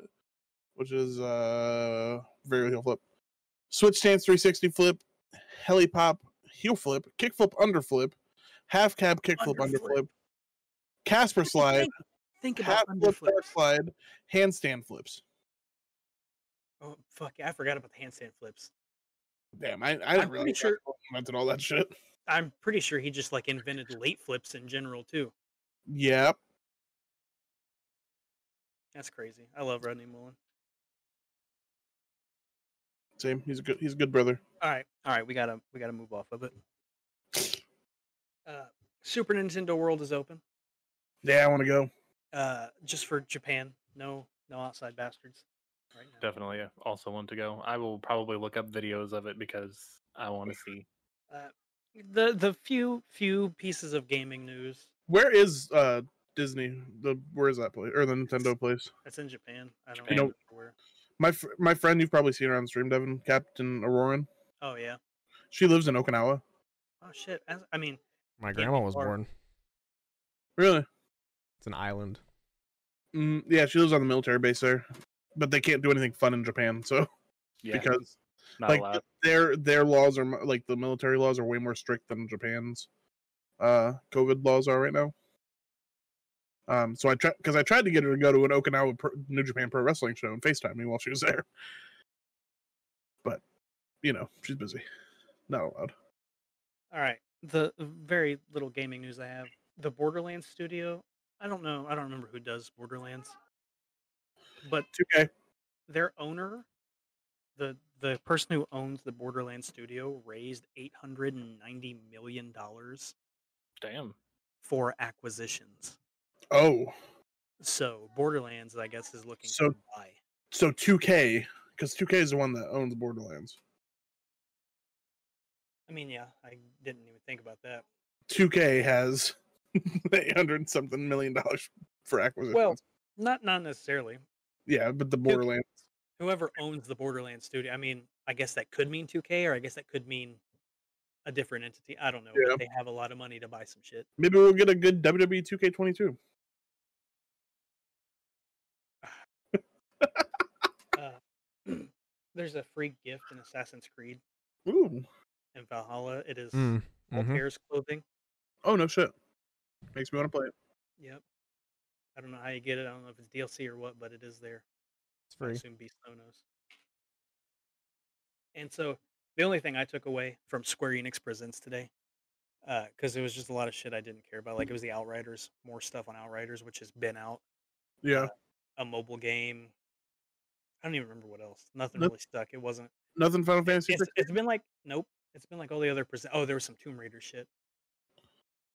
Speaker 4: which is uh very heel flip, switch stance 360 flip, heli pop, heel flip, kick flip, under flip, half cab kick flip, under
Speaker 2: Underflip.
Speaker 4: flip, Casper slide,
Speaker 2: Think, think
Speaker 4: half
Speaker 2: about
Speaker 4: flip,
Speaker 2: underflip.
Speaker 4: back slide, handstand flips.
Speaker 2: Oh fuck! I forgot about the handstand flips.
Speaker 4: Damn, I, I didn't
Speaker 2: pretty
Speaker 4: really
Speaker 2: sure-
Speaker 4: invented all that shit.
Speaker 2: I'm pretty sure he just like invented late flips in general too.
Speaker 4: Yep.
Speaker 2: That's crazy. I love Rodney Mullen.
Speaker 4: Same. He's a good he's a good brother.
Speaker 2: All right, all right, we gotta we gotta move off of it. Uh, Super Nintendo World is open.
Speaker 4: Yeah, I wanna go.
Speaker 2: Uh, just for Japan. No, no outside bastards. Right now.
Speaker 3: Definitely uh, also want to go. I will probably look up videos of it because I want to see.
Speaker 2: The the few few pieces of gaming news
Speaker 4: Where is uh Disney? The where is that place or the Nintendo place?
Speaker 2: that's in Japan. I don't
Speaker 3: Japan.
Speaker 2: know where.
Speaker 4: My fr- my friend you've probably seen her on stream, Devin Captain Auroran.
Speaker 2: Oh yeah.
Speaker 4: She lives in Okinawa.
Speaker 2: Oh shit. As, I mean,
Speaker 1: My
Speaker 2: Can't
Speaker 1: grandma
Speaker 2: be
Speaker 1: was
Speaker 2: far.
Speaker 1: born.
Speaker 4: Really?
Speaker 1: It's an island.
Speaker 4: Mm, yeah, she lives on the military base there, but they can't do anything fun in Japan. So
Speaker 3: Yeah,
Speaker 4: because
Speaker 3: not
Speaker 4: like
Speaker 3: allowed.
Speaker 4: their their laws are mu- like the military laws are way more strict than Japan's uh COVID laws are right now. Um, so I tried because I tried to get her to go to an Okinawa pro, New Japan Pro Wrestling show and Facetime me while she was there, but you know she's busy, not allowed.
Speaker 2: all right. The very little gaming news I have. The Borderlands studio. I don't know. I don't remember who does Borderlands, but
Speaker 4: It's okay.
Speaker 2: their owner, the the person who owns the Borderlands studio, raised eight hundred and ninety million dollars
Speaker 3: Damn.
Speaker 2: for acquisitions.
Speaker 4: Oh,
Speaker 2: So Borderlands, I guess, is looking
Speaker 4: So-
Speaker 2: to buy.
Speaker 4: so 2K because 2K is the one that owns Borderlands.
Speaker 2: I mean, yeah, I didn't even think about that.
Speaker 4: 2K has 800 something million dollars for acquisitions.
Speaker 2: Not not necessarily.
Speaker 4: yeah, but the Borderlands.
Speaker 2: Whoever owns the Borderlands studio, I mean, I guess that could mean 2K, or I guess that could mean a different entity. I don't know. but
Speaker 4: Yeah.
Speaker 2: They have a lot of money to buy some shit.
Speaker 4: Maybe we'll get a good E WWE 2K22.
Speaker 2: Uh, There's a free gift in Assassin's Creed
Speaker 4: Ooh.
Speaker 2: and Valhalla. It is
Speaker 1: Mm,
Speaker 2: all
Speaker 4: mm-hmm.
Speaker 1: mhm.
Speaker 2: pairs clothing.
Speaker 4: Oh no shit. Makes me want to play it.
Speaker 2: Yep. I don't know how you get it. I don't know if it's DLC or what, but it is there.
Speaker 1: It's
Speaker 2: I
Speaker 1: free.
Speaker 2: assume Beast Slow knows. And so the only thing I took away from Square Enix Presents today, because it was just a lot of shit I didn't care about. Like it was the Outriders, more stuff on Outriders, which has been out,
Speaker 4: Yeah.
Speaker 2: a mobile game. I don't even remember what else. Nothing
Speaker 4: Nope.
Speaker 2: really stuck. It wasn't.
Speaker 4: Nothing Final Fantasy.
Speaker 2: It's,
Speaker 4: 15?
Speaker 2: it's been like nope. It's been like all the other present. Oh, there was some Tomb Raider shit.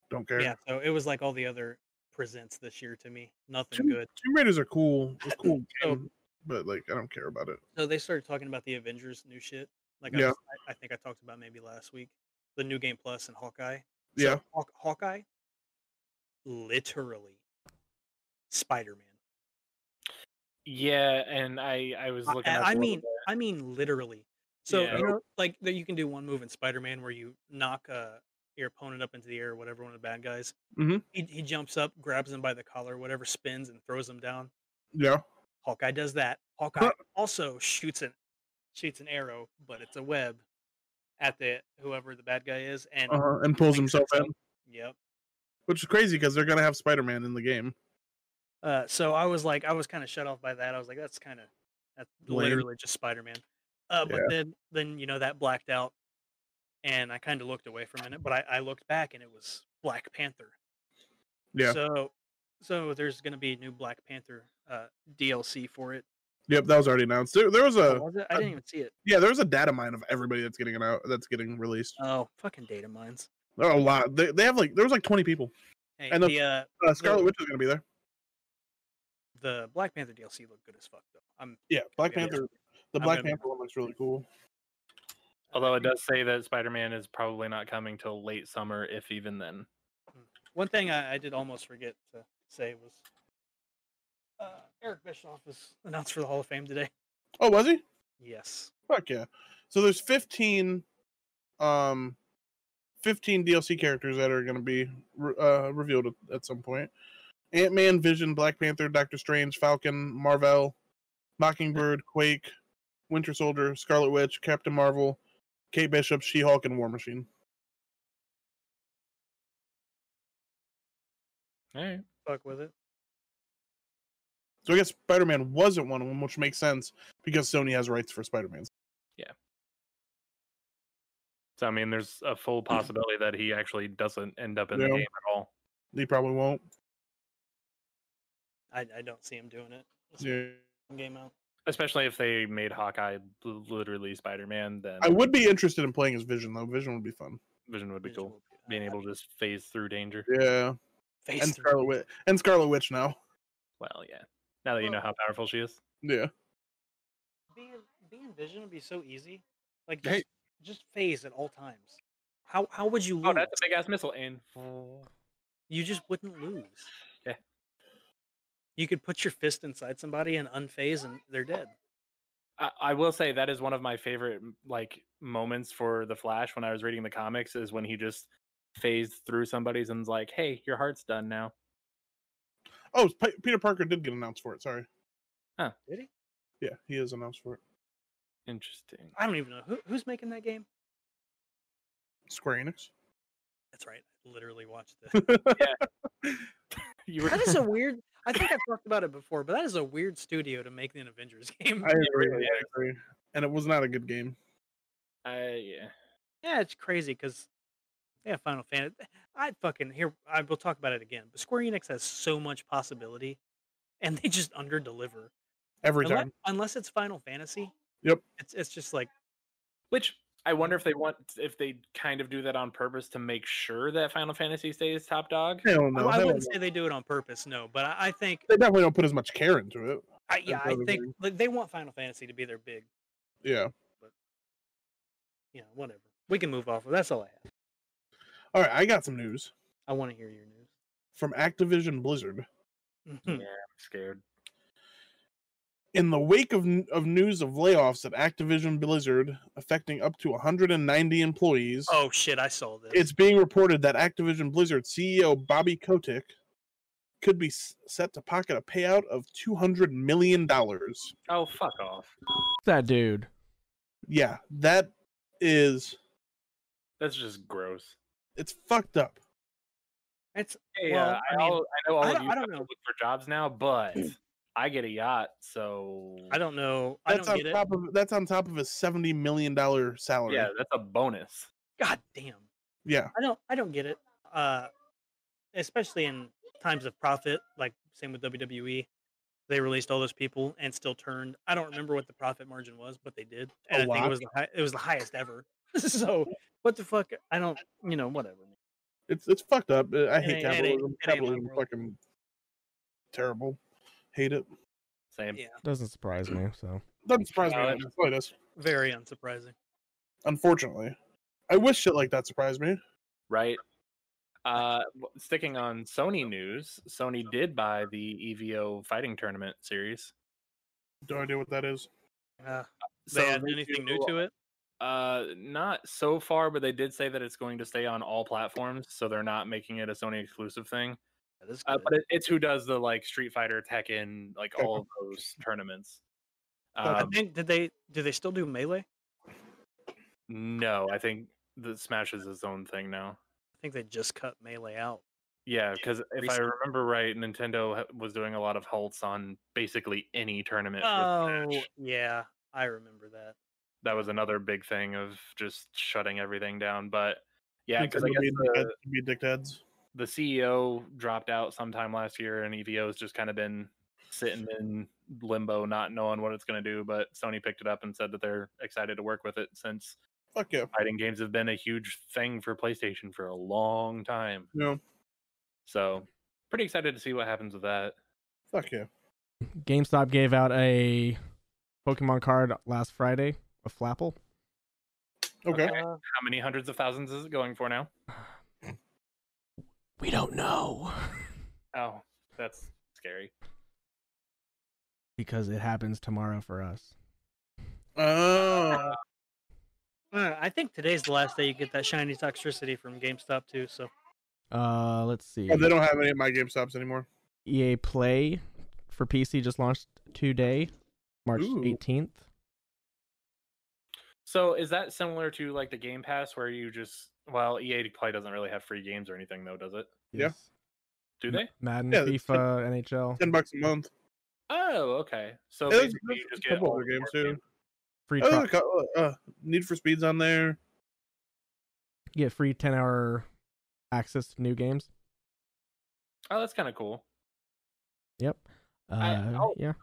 Speaker 4: Don't care.
Speaker 2: Yeah, so it was like all the other presents this year to me. Nothing
Speaker 4: Tomb-
Speaker 2: good.
Speaker 4: Tomb Raiders are cool. It's cool
Speaker 2: So-
Speaker 4: game, but like I don't care about it.
Speaker 2: So they started talking about the Avengers new shit. Like I,
Speaker 4: Yeah.
Speaker 2: was- I, I think I talked about maybe last week, the new game plus and Hawkeye. So
Speaker 4: Yeah.
Speaker 2: Hawk, Hawkeye, literally Spider Man.
Speaker 3: Yeah, and I I was
Speaker 2: I-
Speaker 3: looking.
Speaker 2: I
Speaker 3: up a little
Speaker 2: mean-
Speaker 3: bit.
Speaker 2: I mean, literally. So
Speaker 3: Yeah.
Speaker 2: you know, like that you can do one move in Spider Man where you knock uh, your opponent up into the air or whatever, one of the bad guys.
Speaker 3: Mm-hmm.
Speaker 4: Mhm.
Speaker 2: He, he jumps up, grabs him by the collar, whatever, spins and throws him down.
Speaker 4: Yeah.
Speaker 2: Hawkeye does that. Hawkeye also shoots an shoots an arrow, but it's a web at the whoever the bad guy is, and
Speaker 4: Uh-huh. And pulls
Speaker 2: links
Speaker 4: himself in,
Speaker 2: himself. yep.
Speaker 4: which is crazy because they're gonna have Spider Man in the game.
Speaker 2: Uh, so I was like, I was kind of shut off by that. I was like, that's kind of that's
Speaker 4: Lame.
Speaker 2: literally just Spider Man. Uh, but
Speaker 4: Yeah.
Speaker 2: then then you know that blacked out, and I kind of looked away for a minute, but I, I looked back and it was Black Panther.
Speaker 4: Yeah.
Speaker 2: So so there's gonna be a new Black Panther uh, DLC for it.
Speaker 4: Yep, that was already announced. There, there was
Speaker 2: Oh,
Speaker 4: a
Speaker 2: was it? I
Speaker 4: uh,
Speaker 2: didn't even see it.
Speaker 4: yeah, there was a data mine of everybody that's getting it out that's getting released.
Speaker 2: Oh, fucking data mines.
Speaker 4: There are a lot. They, they have like there was like twenty people.
Speaker 2: Hey,
Speaker 4: And
Speaker 2: the,
Speaker 4: the-
Speaker 2: uh,
Speaker 4: Uh, Scarlet
Speaker 2: Yeah.
Speaker 4: Witch is gonna be there.
Speaker 2: the Black Panther DLC looked good as fuck though. I'm
Speaker 4: Yeah, Black
Speaker 2: Yeah, yeah.
Speaker 4: Panther. The
Speaker 2: I'm
Speaker 4: Black
Speaker 2: gonna be-
Speaker 4: Panther one looks really cool.
Speaker 3: Although it does say that Spider Man is probably not coming till late summer, if even then.
Speaker 2: one thing I, I did almost forget to say was uh, Eric Bischoff was announced for the Hall of Fame today.
Speaker 4: Oh, was he?
Speaker 2: Yes.
Speaker 4: Fuck yeah. So there's 15 um 15 DLC characters that are going to be re- uh, revealed at, at some point. Ant-Man, Vision, Black Panther, Doctor Strange, Falcon, Marvel, Mockingbird, Quake, Winter Soldier, Scarlet Witch, Captain Marvel, Kate Bishop, She-Hulk and War Machine.
Speaker 3: All right.
Speaker 2: Fuck with it.
Speaker 4: So I guess Spider-Man wasn't one of them, which makes sense because Sony has rights for Spider-Man.
Speaker 3: So I mean, there's a full possibility that he actually doesn't end up in the
Speaker 4: Yeah.
Speaker 3: game at all.
Speaker 4: He probably won't.
Speaker 2: I, I don't see him doing it. Let's
Speaker 4: Yeah.
Speaker 2: get Game out.
Speaker 3: Especially if they made Hawkeye l- literally Spider-Man, then
Speaker 4: I would be interested in playing as Vision though. Vision would be fun.
Speaker 3: Vision would be
Speaker 2: Vision
Speaker 3: cool.
Speaker 2: will be-
Speaker 3: Being
Speaker 2: I- I-
Speaker 3: able to just phase through danger.
Speaker 4: Yeah,
Speaker 2: face
Speaker 4: and
Speaker 2: through
Speaker 4: Scarlet
Speaker 2: it.
Speaker 4: Witch and Scarlet Witch now.
Speaker 3: Well, yeah. Now that you know how powerful she is,
Speaker 4: Yeah,
Speaker 2: Being, being Vision would be so easy. Like just,
Speaker 4: Hey.
Speaker 2: just phase at all times. How how would you lose?
Speaker 3: oh, that's a big ass missile, and
Speaker 2: you just wouldn't lose.
Speaker 3: Yeah.
Speaker 2: You could put your fist inside somebody and unphase, and they're dead.
Speaker 3: I, I will say that is one of my favorite m- like moments for the Flash when I was reading the comics is when he just phased through somebody's and's like, "Hey, your heart's done now."
Speaker 4: Oh, P- Peter Parker did get announced for it. Sorry.
Speaker 3: Huh.
Speaker 2: Did he?
Speaker 4: Yeah, he is announced for it.
Speaker 3: Interesting.
Speaker 2: I don't even know who, who's making that game.
Speaker 4: Square Enix.
Speaker 2: That's right. I literally watched this.
Speaker 3: You were
Speaker 2: that is a weird. I think I've talked about it before, but that is a weird studio to make an Avengers game.
Speaker 4: I agree.
Speaker 3: really
Speaker 4: I agree. And it was not a good game.
Speaker 3: I, yeah.
Speaker 2: yeah, it's crazy because yeah, Final Fantasy. I fucking here. I will talk about it again. But Square Enix has so much possibility, and they just underdeliver.
Speaker 4: Every
Speaker 2: Unless,
Speaker 4: time.
Speaker 2: unless it's Final Fantasy.
Speaker 4: Yep.
Speaker 2: It's it's just like
Speaker 3: Which I wonder if they want if they kind of do that on purpose to make sure that Final Fantasy stays top dog.
Speaker 4: Hell
Speaker 2: I-
Speaker 4: no.
Speaker 2: I
Speaker 4: hell
Speaker 2: wouldn't
Speaker 4: no.
Speaker 2: say they do it on purpose. No, but I, I think
Speaker 4: They definitely don't put as much care into it.
Speaker 2: I, yeah, I
Speaker 4: probably
Speaker 2: think
Speaker 4: agree.
Speaker 2: like, they want Final Fantasy to be their big.
Speaker 4: Yeah.
Speaker 2: You know, whatever. We can move off. of That's all I have.
Speaker 4: All right, I got some news
Speaker 2: I want to hear your news.
Speaker 4: from Activision Blizzard.
Speaker 2: Mhm.
Speaker 3: I'm scared.
Speaker 4: In the wake of, n- of news of layoffs at Activision Blizzard affecting up to 190 employees,
Speaker 2: oh shit! I saw this.
Speaker 4: it's being reported that Activision Blizzard CEO Bobby Kotick could be s- set to pocket a payout of $200 million.
Speaker 3: Oh fuck off.
Speaker 1: that dude.
Speaker 4: Yeah, that is,
Speaker 3: That's just gross.
Speaker 4: it's fucked up.
Speaker 2: it's
Speaker 3: Hey,
Speaker 2: Well,
Speaker 3: uh, I,
Speaker 2: I mean,
Speaker 3: all, I know all
Speaker 2: I
Speaker 3: of
Speaker 2: don't-
Speaker 3: you
Speaker 2: I
Speaker 3: have
Speaker 2: don't
Speaker 3: to
Speaker 2: know. Hmm.
Speaker 3: look for jobs now, but I get a yacht, so
Speaker 2: I don't know. I
Speaker 4: That's
Speaker 2: don't
Speaker 4: on
Speaker 2: get it.
Speaker 4: top of that's on top of a $70 million salary.
Speaker 3: Yeah, that's a bonus.
Speaker 2: God damn.
Speaker 4: yeah.
Speaker 2: I don't I don't get it. Uh especially in times of profit, like same with WWE. They released all those people and still turned. I don't remember what the profit margin was, but they did.
Speaker 4: A
Speaker 2: And I think
Speaker 4: lot.
Speaker 2: it was the high, it was the highest ever. so what the fuck? I don't you know, whatever. man.
Speaker 4: It's it's fucked up. Uh, I
Speaker 2: ain't-
Speaker 4: hate
Speaker 2: it ain't-
Speaker 4: capitalism.
Speaker 2: it ain't my
Speaker 4: Capitalism
Speaker 2: world.
Speaker 4: fucking terrible. Hate it.
Speaker 3: Same.
Speaker 2: Yeah.
Speaker 1: Doesn't surprise me. So
Speaker 4: Doesn't surprise me
Speaker 3: Uh,
Speaker 4: in the slightest.
Speaker 2: Very unsurprising.
Speaker 4: Unfortunately, I wish shit like that surprised me.
Speaker 3: Right. Uh, w- sticking on Sony news, Sony did buy the EVO fighting tournament series.
Speaker 4: No idea what that is.
Speaker 2: Uh, they add anything new to it?
Speaker 3: Uh, not so far, but they did say that it's going to stay on all platforms, so they're not making it a Sony exclusive thing.
Speaker 2: That is
Speaker 3: Uh,
Speaker 2: good.
Speaker 3: but it, it's who does the like Street Fighter, Tekken, like
Speaker 4: Okay.
Speaker 3: all of those tournaments.
Speaker 4: That's-
Speaker 2: I
Speaker 3: Um,
Speaker 2: think did they do they still do melee? I
Speaker 3: no, I think the Smash is its own thing now.
Speaker 2: think they just cut melee out.
Speaker 3: Yeah, because if I
Speaker 2: recently.
Speaker 3: remember right, Nintendo ha- was doing a lot of halts on basically any tournament. with
Speaker 2: Oh
Speaker 3: Smash.
Speaker 2: yeah, I remember that.
Speaker 3: that was another big thing of just shutting everything down. But yeah, because I
Speaker 4: Nintendo
Speaker 3: guess
Speaker 4: be
Speaker 3: the,
Speaker 4: dickhead- be dickheads.
Speaker 3: the CEO dropped out sometime last year, and EVO has just kind of been sitting in limbo, not knowing what it's going to do. But Sony picked it up and said that they're excited to work with it since
Speaker 4: Fuck yeah.
Speaker 3: fighting games have been a huge thing for PlayStation for a long time.
Speaker 4: No.
Speaker 3: So pretty excited to see what happens with that.
Speaker 4: Fuck yeah.
Speaker 1: GameStop gave out a Pokemon card last Friday, a Flapple.
Speaker 4: Okay.
Speaker 2: Uh,
Speaker 3: How many hundreds of thousands is it going for now?
Speaker 1: We don't know
Speaker 3: Oh, that's scary.
Speaker 1: because it happens tomorrow for us.
Speaker 4: Oh,
Speaker 2: Uh, I think today's the last day you get that shiny toxicity from GameStop too. So
Speaker 1: Uh, let's see.
Speaker 4: Oh, they don't have any of my GameStops anymore.
Speaker 1: EA Play for PC just launched today, March
Speaker 4: Ooh.
Speaker 1: 18th.
Speaker 3: So is that similar to like the Game Pass where you just well EA Play doesn't really have free games or anything though, does it?
Speaker 4: Yeah.
Speaker 3: Do
Speaker 1: Ma-
Speaker 3: they?
Speaker 1: Madden,
Speaker 4: Yeah, that's-
Speaker 1: FIFA, NHL,
Speaker 4: Ten bucks a month.
Speaker 3: Oh, okay. So
Speaker 4: There's-
Speaker 3: basically
Speaker 4: there's
Speaker 3: you just
Speaker 4: a
Speaker 3: get
Speaker 4: couple
Speaker 3: all
Speaker 4: other
Speaker 3: the
Speaker 4: games
Speaker 3: sports
Speaker 4: too.
Speaker 3: games.
Speaker 1: free
Speaker 4: Oh,
Speaker 1: trial.
Speaker 4: there's a cou- uh, Need for Speeds on there.
Speaker 1: get free 10 hour access to new games.
Speaker 3: Oh, that's kind of cool.
Speaker 1: Yep. Uh,
Speaker 3: I-
Speaker 4: oh.
Speaker 3: I'll-
Speaker 1: yeah.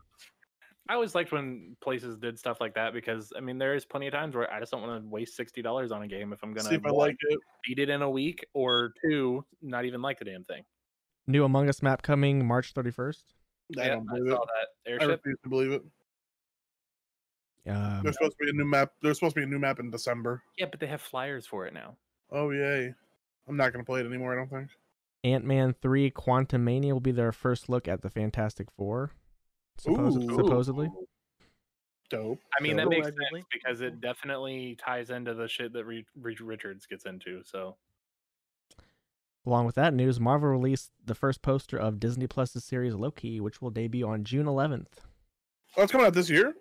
Speaker 3: I always liked when places did stuff like that because I mean there is plenty of times where I just don't want to waste sixty dollars on a game if I'm gonna
Speaker 4: See if I
Speaker 3: one,
Speaker 4: like it.
Speaker 3: beat it in a week or two, not even like the damn thing.
Speaker 1: New Among Us map coming March 31st.
Speaker 4: I
Speaker 3: Yeah,
Speaker 4: don't
Speaker 3: I
Speaker 4: believe it.
Speaker 3: saw that
Speaker 4: I
Speaker 3: airship.
Speaker 4: refuse to believe it.
Speaker 1: Um,
Speaker 4: There's supposed to be a new map. There's supposed to be a new map in December.
Speaker 3: Yeah, but they have flyers for it now.
Speaker 4: Oh yay! I'm not gonna play it anymore. I don't think.
Speaker 1: Ant Man 3 Quantum Mania will be their first look at the Fantastic Four. supposi-
Speaker 4: Ooh.
Speaker 1: supposedly.
Speaker 4: Dope.
Speaker 3: I mean that
Speaker 4: Dope.
Speaker 3: makes
Speaker 2: Allegedly.
Speaker 3: sense because it definitely ties into the shit that Re- Re- Richards gets into. So
Speaker 1: Along with that news, Marvel released the first poster of Disney Plus's series Loki, which will debut on June 11th.
Speaker 4: Oh, it's coming out this year.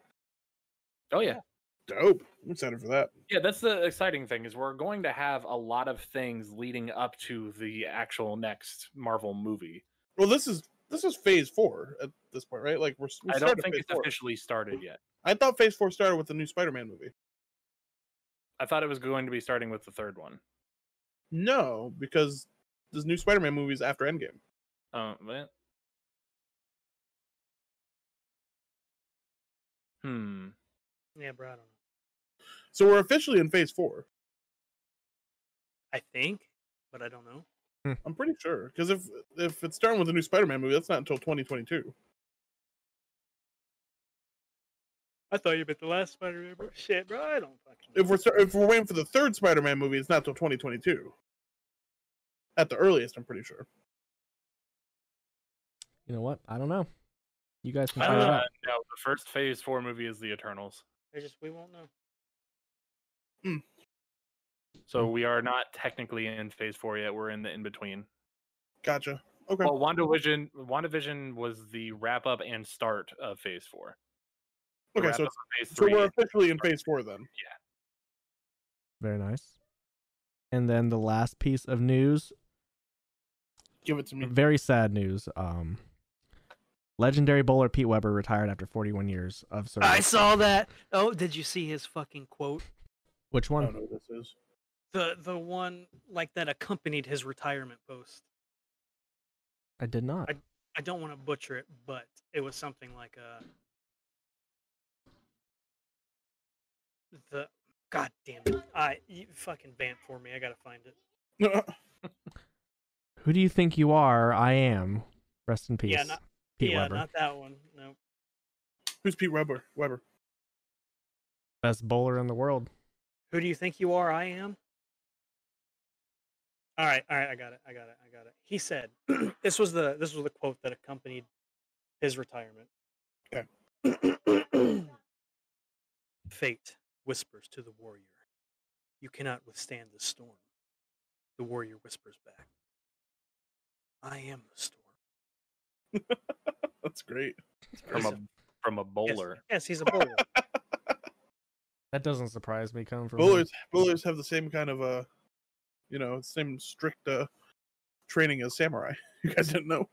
Speaker 3: oh yeah,
Speaker 4: Dope. I'm excited for that.
Speaker 3: Yeah, that's the exciting thing is we're going to have a lot of things leading up to the actual next Marvel movie.
Speaker 4: Well, this is this is phase four at this point, right? Like we're. s- We
Speaker 3: I don't
Speaker 4: started
Speaker 3: think
Speaker 4: phase
Speaker 3: it's
Speaker 4: four.
Speaker 3: officially started yet.
Speaker 4: I thought phase four started with the new Spider-Man movie.
Speaker 3: I thought it was going to be starting with the third one.
Speaker 4: No, because this new Spider-Man movie is after Endgame.
Speaker 3: Um, eh. hmm.
Speaker 2: Yeah, bro. I don't know.
Speaker 4: So we're officially in phase four.
Speaker 2: I think, but I don't know.
Speaker 4: I'm pretty sure because if if it's starting with the new Spider-Man movie, that's not until 2022.
Speaker 2: I thought you meant the last Spider-Man. Bro. Shit, bro. I don't fucking.
Speaker 4: If we're start, if we're waiting for the third Spider-Man movie, it's not till 2022. At the earliest, I'm pretty sure.
Speaker 1: You know what? I don't know. You guys can
Speaker 3: Uh,
Speaker 1: find
Speaker 3: no,
Speaker 1: out.
Speaker 3: the first Phase Four movie is the Eternals,
Speaker 2: I just we won't know.
Speaker 3: so
Speaker 4: Hmm.
Speaker 3: we are not technically in Phase Four yet. We're in the in between.
Speaker 4: Gotcha. Okay.
Speaker 3: Well, WandaVision, WandaVision was the wrap up and start of Phase Four. The
Speaker 4: okay.
Speaker 3: wrap
Speaker 4: So,
Speaker 3: up
Speaker 4: it's-
Speaker 3: of Phase
Speaker 4: so
Speaker 3: Three
Speaker 4: we're officially in phase four then.
Speaker 1: Very nice. And then the last piece of news,
Speaker 4: Give it to me.
Speaker 1: very sad news. Um, legendary bowler Pete Weber retired after 41 years of service.
Speaker 2: I saw that. Oh, did you see his fucking quote?
Speaker 1: Which
Speaker 4: I
Speaker 1: one?
Speaker 4: don't know what this is.
Speaker 2: The the one like that accompanied his retirement post.
Speaker 1: I did not.
Speaker 2: I don't want to butcher it, but it was something like uh the god damn it. I you fucking vamp for me. I got to find it.
Speaker 1: Who do you think you are? I am. Rest in peace.
Speaker 2: Yeah, not-
Speaker 1: Pete
Speaker 2: yeah,
Speaker 1: Weber.
Speaker 2: not that one. No.
Speaker 4: Who's Pete Weber? Weber.
Speaker 1: Best bowler in the world.
Speaker 2: Who do you think you are? I am. All right, all right, I got it. I got it. I got it. He said this was the this was the quote that accompanied his retirement. Okay. Fate whispers to the warrior, "You cannot withstand the storm." The warrior whispers back, "I am the storm."
Speaker 4: That's great.
Speaker 3: from
Speaker 2: He's
Speaker 3: a from a
Speaker 2: yes,
Speaker 3: bowler.
Speaker 2: Yes, he's a bowler.
Speaker 1: That doesn't surprise me coming from him.
Speaker 4: Bowlers bowlers have the same kind of uh, you know, same strict uh, training as samurai. You guys didn't know.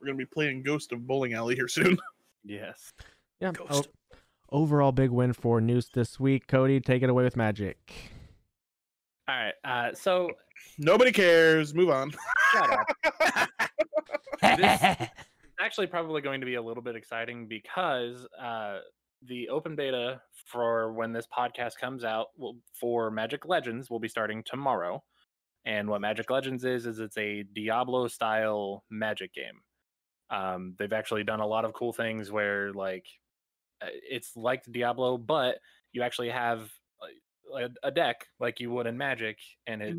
Speaker 4: We're gonna be playing Ghost of Bowling Alley here soon.
Speaker 3: Yes.
Speaker 1: Yeah.
Speaker 2: Ghost.
Speaker 1: o- overall big win for news this week. Cody, take it away with magic.
Speaker 3: All right. Uh, so
Speaker 4: Nobody cares. Move on.
Speaker 3: shut up.
Speaker 1: yeah.
Speaker 3: Actually, probably going to be a little bit exciting because uh, the open beta for when this podcast comes out will, for Magic Legends will be starting tomorrow. And what Magic Legends is is it's a Diablo style Magic game. Um, they've actually done a lot of cool things where like uh, it's like Diablo, but you actually have uh, a, a deck like you would in Magic, and it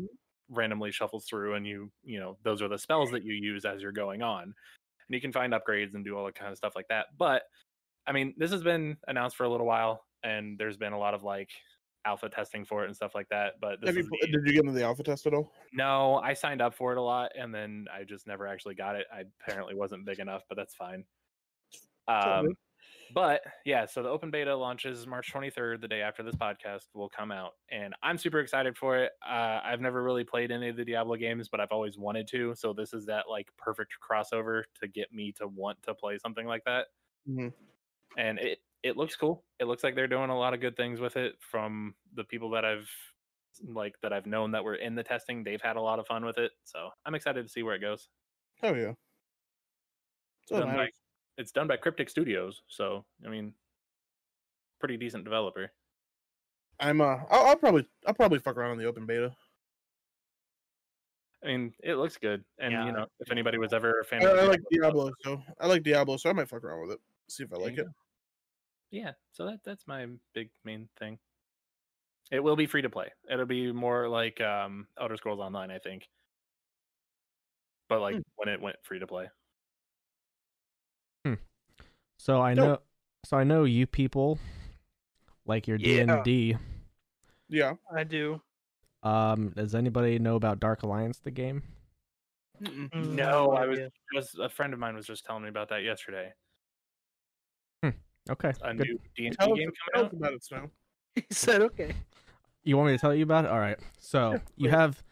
Speaker 3: randomly shuffles through, and you you know those are the spells that you use as you're going on, and you can find upgrades and do all that kind of stuff like that. But I mean, this has been announced for a little while, and there's been a lot of like alpha testing for it and stuff like that. But this
Speaker 4: Have you,
Speaker 3: is
Speaker 4: pl-
Speaker 3: the-
Speaker 4: did you get into the alpha test at all?
Speaker 3: no, I signed up for it a lot and then I just never actually got it. I apparently wasn't big enough, but that's fine.
Speaker 4: all good.
Speaker 3: Um, but yeah, so the open beta launches March 23rd, the day after this podcast will come out, and I'm super excited for it. Uh, I've never really played any of the Diablo games, but I've always wanted to. So this is that like perfect crossover to get me to want to play something like that
Speaker 4: Mhm.
Speaker 3: and it it looks cool. It looks like they're doing a lot of good things with it from the people that I've like that I've known that were in the testing, they've had a lot of fun with it. So I'm excited to see where it goes.
Speaker 4: Oh yeah. So
Speaker 3: done by,
Speaker 4: nice.
Speaker 3: it's done by Cryptic Studios, so I mean, pretty decent developer.
Speaker 4: I'm uh I'll, I'll probably I'll probably fuck around in the open beta.
Speaker 3: I mean, it looks good, and
Speaker 2: Yeah,
Speaker 3: you know, if anybody was ever a fan,
Speaker 4: I,
Speaker 3: of
Speaker 4: I like
Speaker 3: Diablo,
Speaker 4: Diablo, so I like Diablo, so I might fuck around with it. See if I
Speaker 3: There
Speaker 4: like
Speaker 3: you
Speaker 4: it.
Speaker 3: go. yeah, so that that's my big main thing. It will be free to play. It'll be more like um Elder Scrolls Online, I think. But like
Speaker 4: Hmm.
Speaker 3: when it went free to play.
Speaker 1: So I
Speaker 4: Dope.
Speaker 1: know. So I know you people like your D
Speaker 2: Yeah.
Speaker 1: and D.
Speaker 4: Yeah.
Speaker 2: I do.
Speaker 1: Um, does anybody know about Dark Alliance, the game?
Speaker 4: Mm-mm.
Speaker 2: Mm,
Speaker 3: No, I was-
Speaker 2: idea.
Speaker 3: Just a friend of mine was just telling me about that yesterday.
Speaker 1: Okay,
Speaker 3: A
Speaker 1: good.
Speaker 3: new D and D
Speaker 4: Tell, us,
Speaker 3: game coming
Speaker 4: tell us
Speaker 3: out.
Speaker 4: about it, Snow.
Speaker 2: He said, "Okay."
Speaker 1: You want me to tell you about it? All right. So
Speaker 4: Sure,
Speaker 1: you
Speaker 4: please.
Speaker 1: have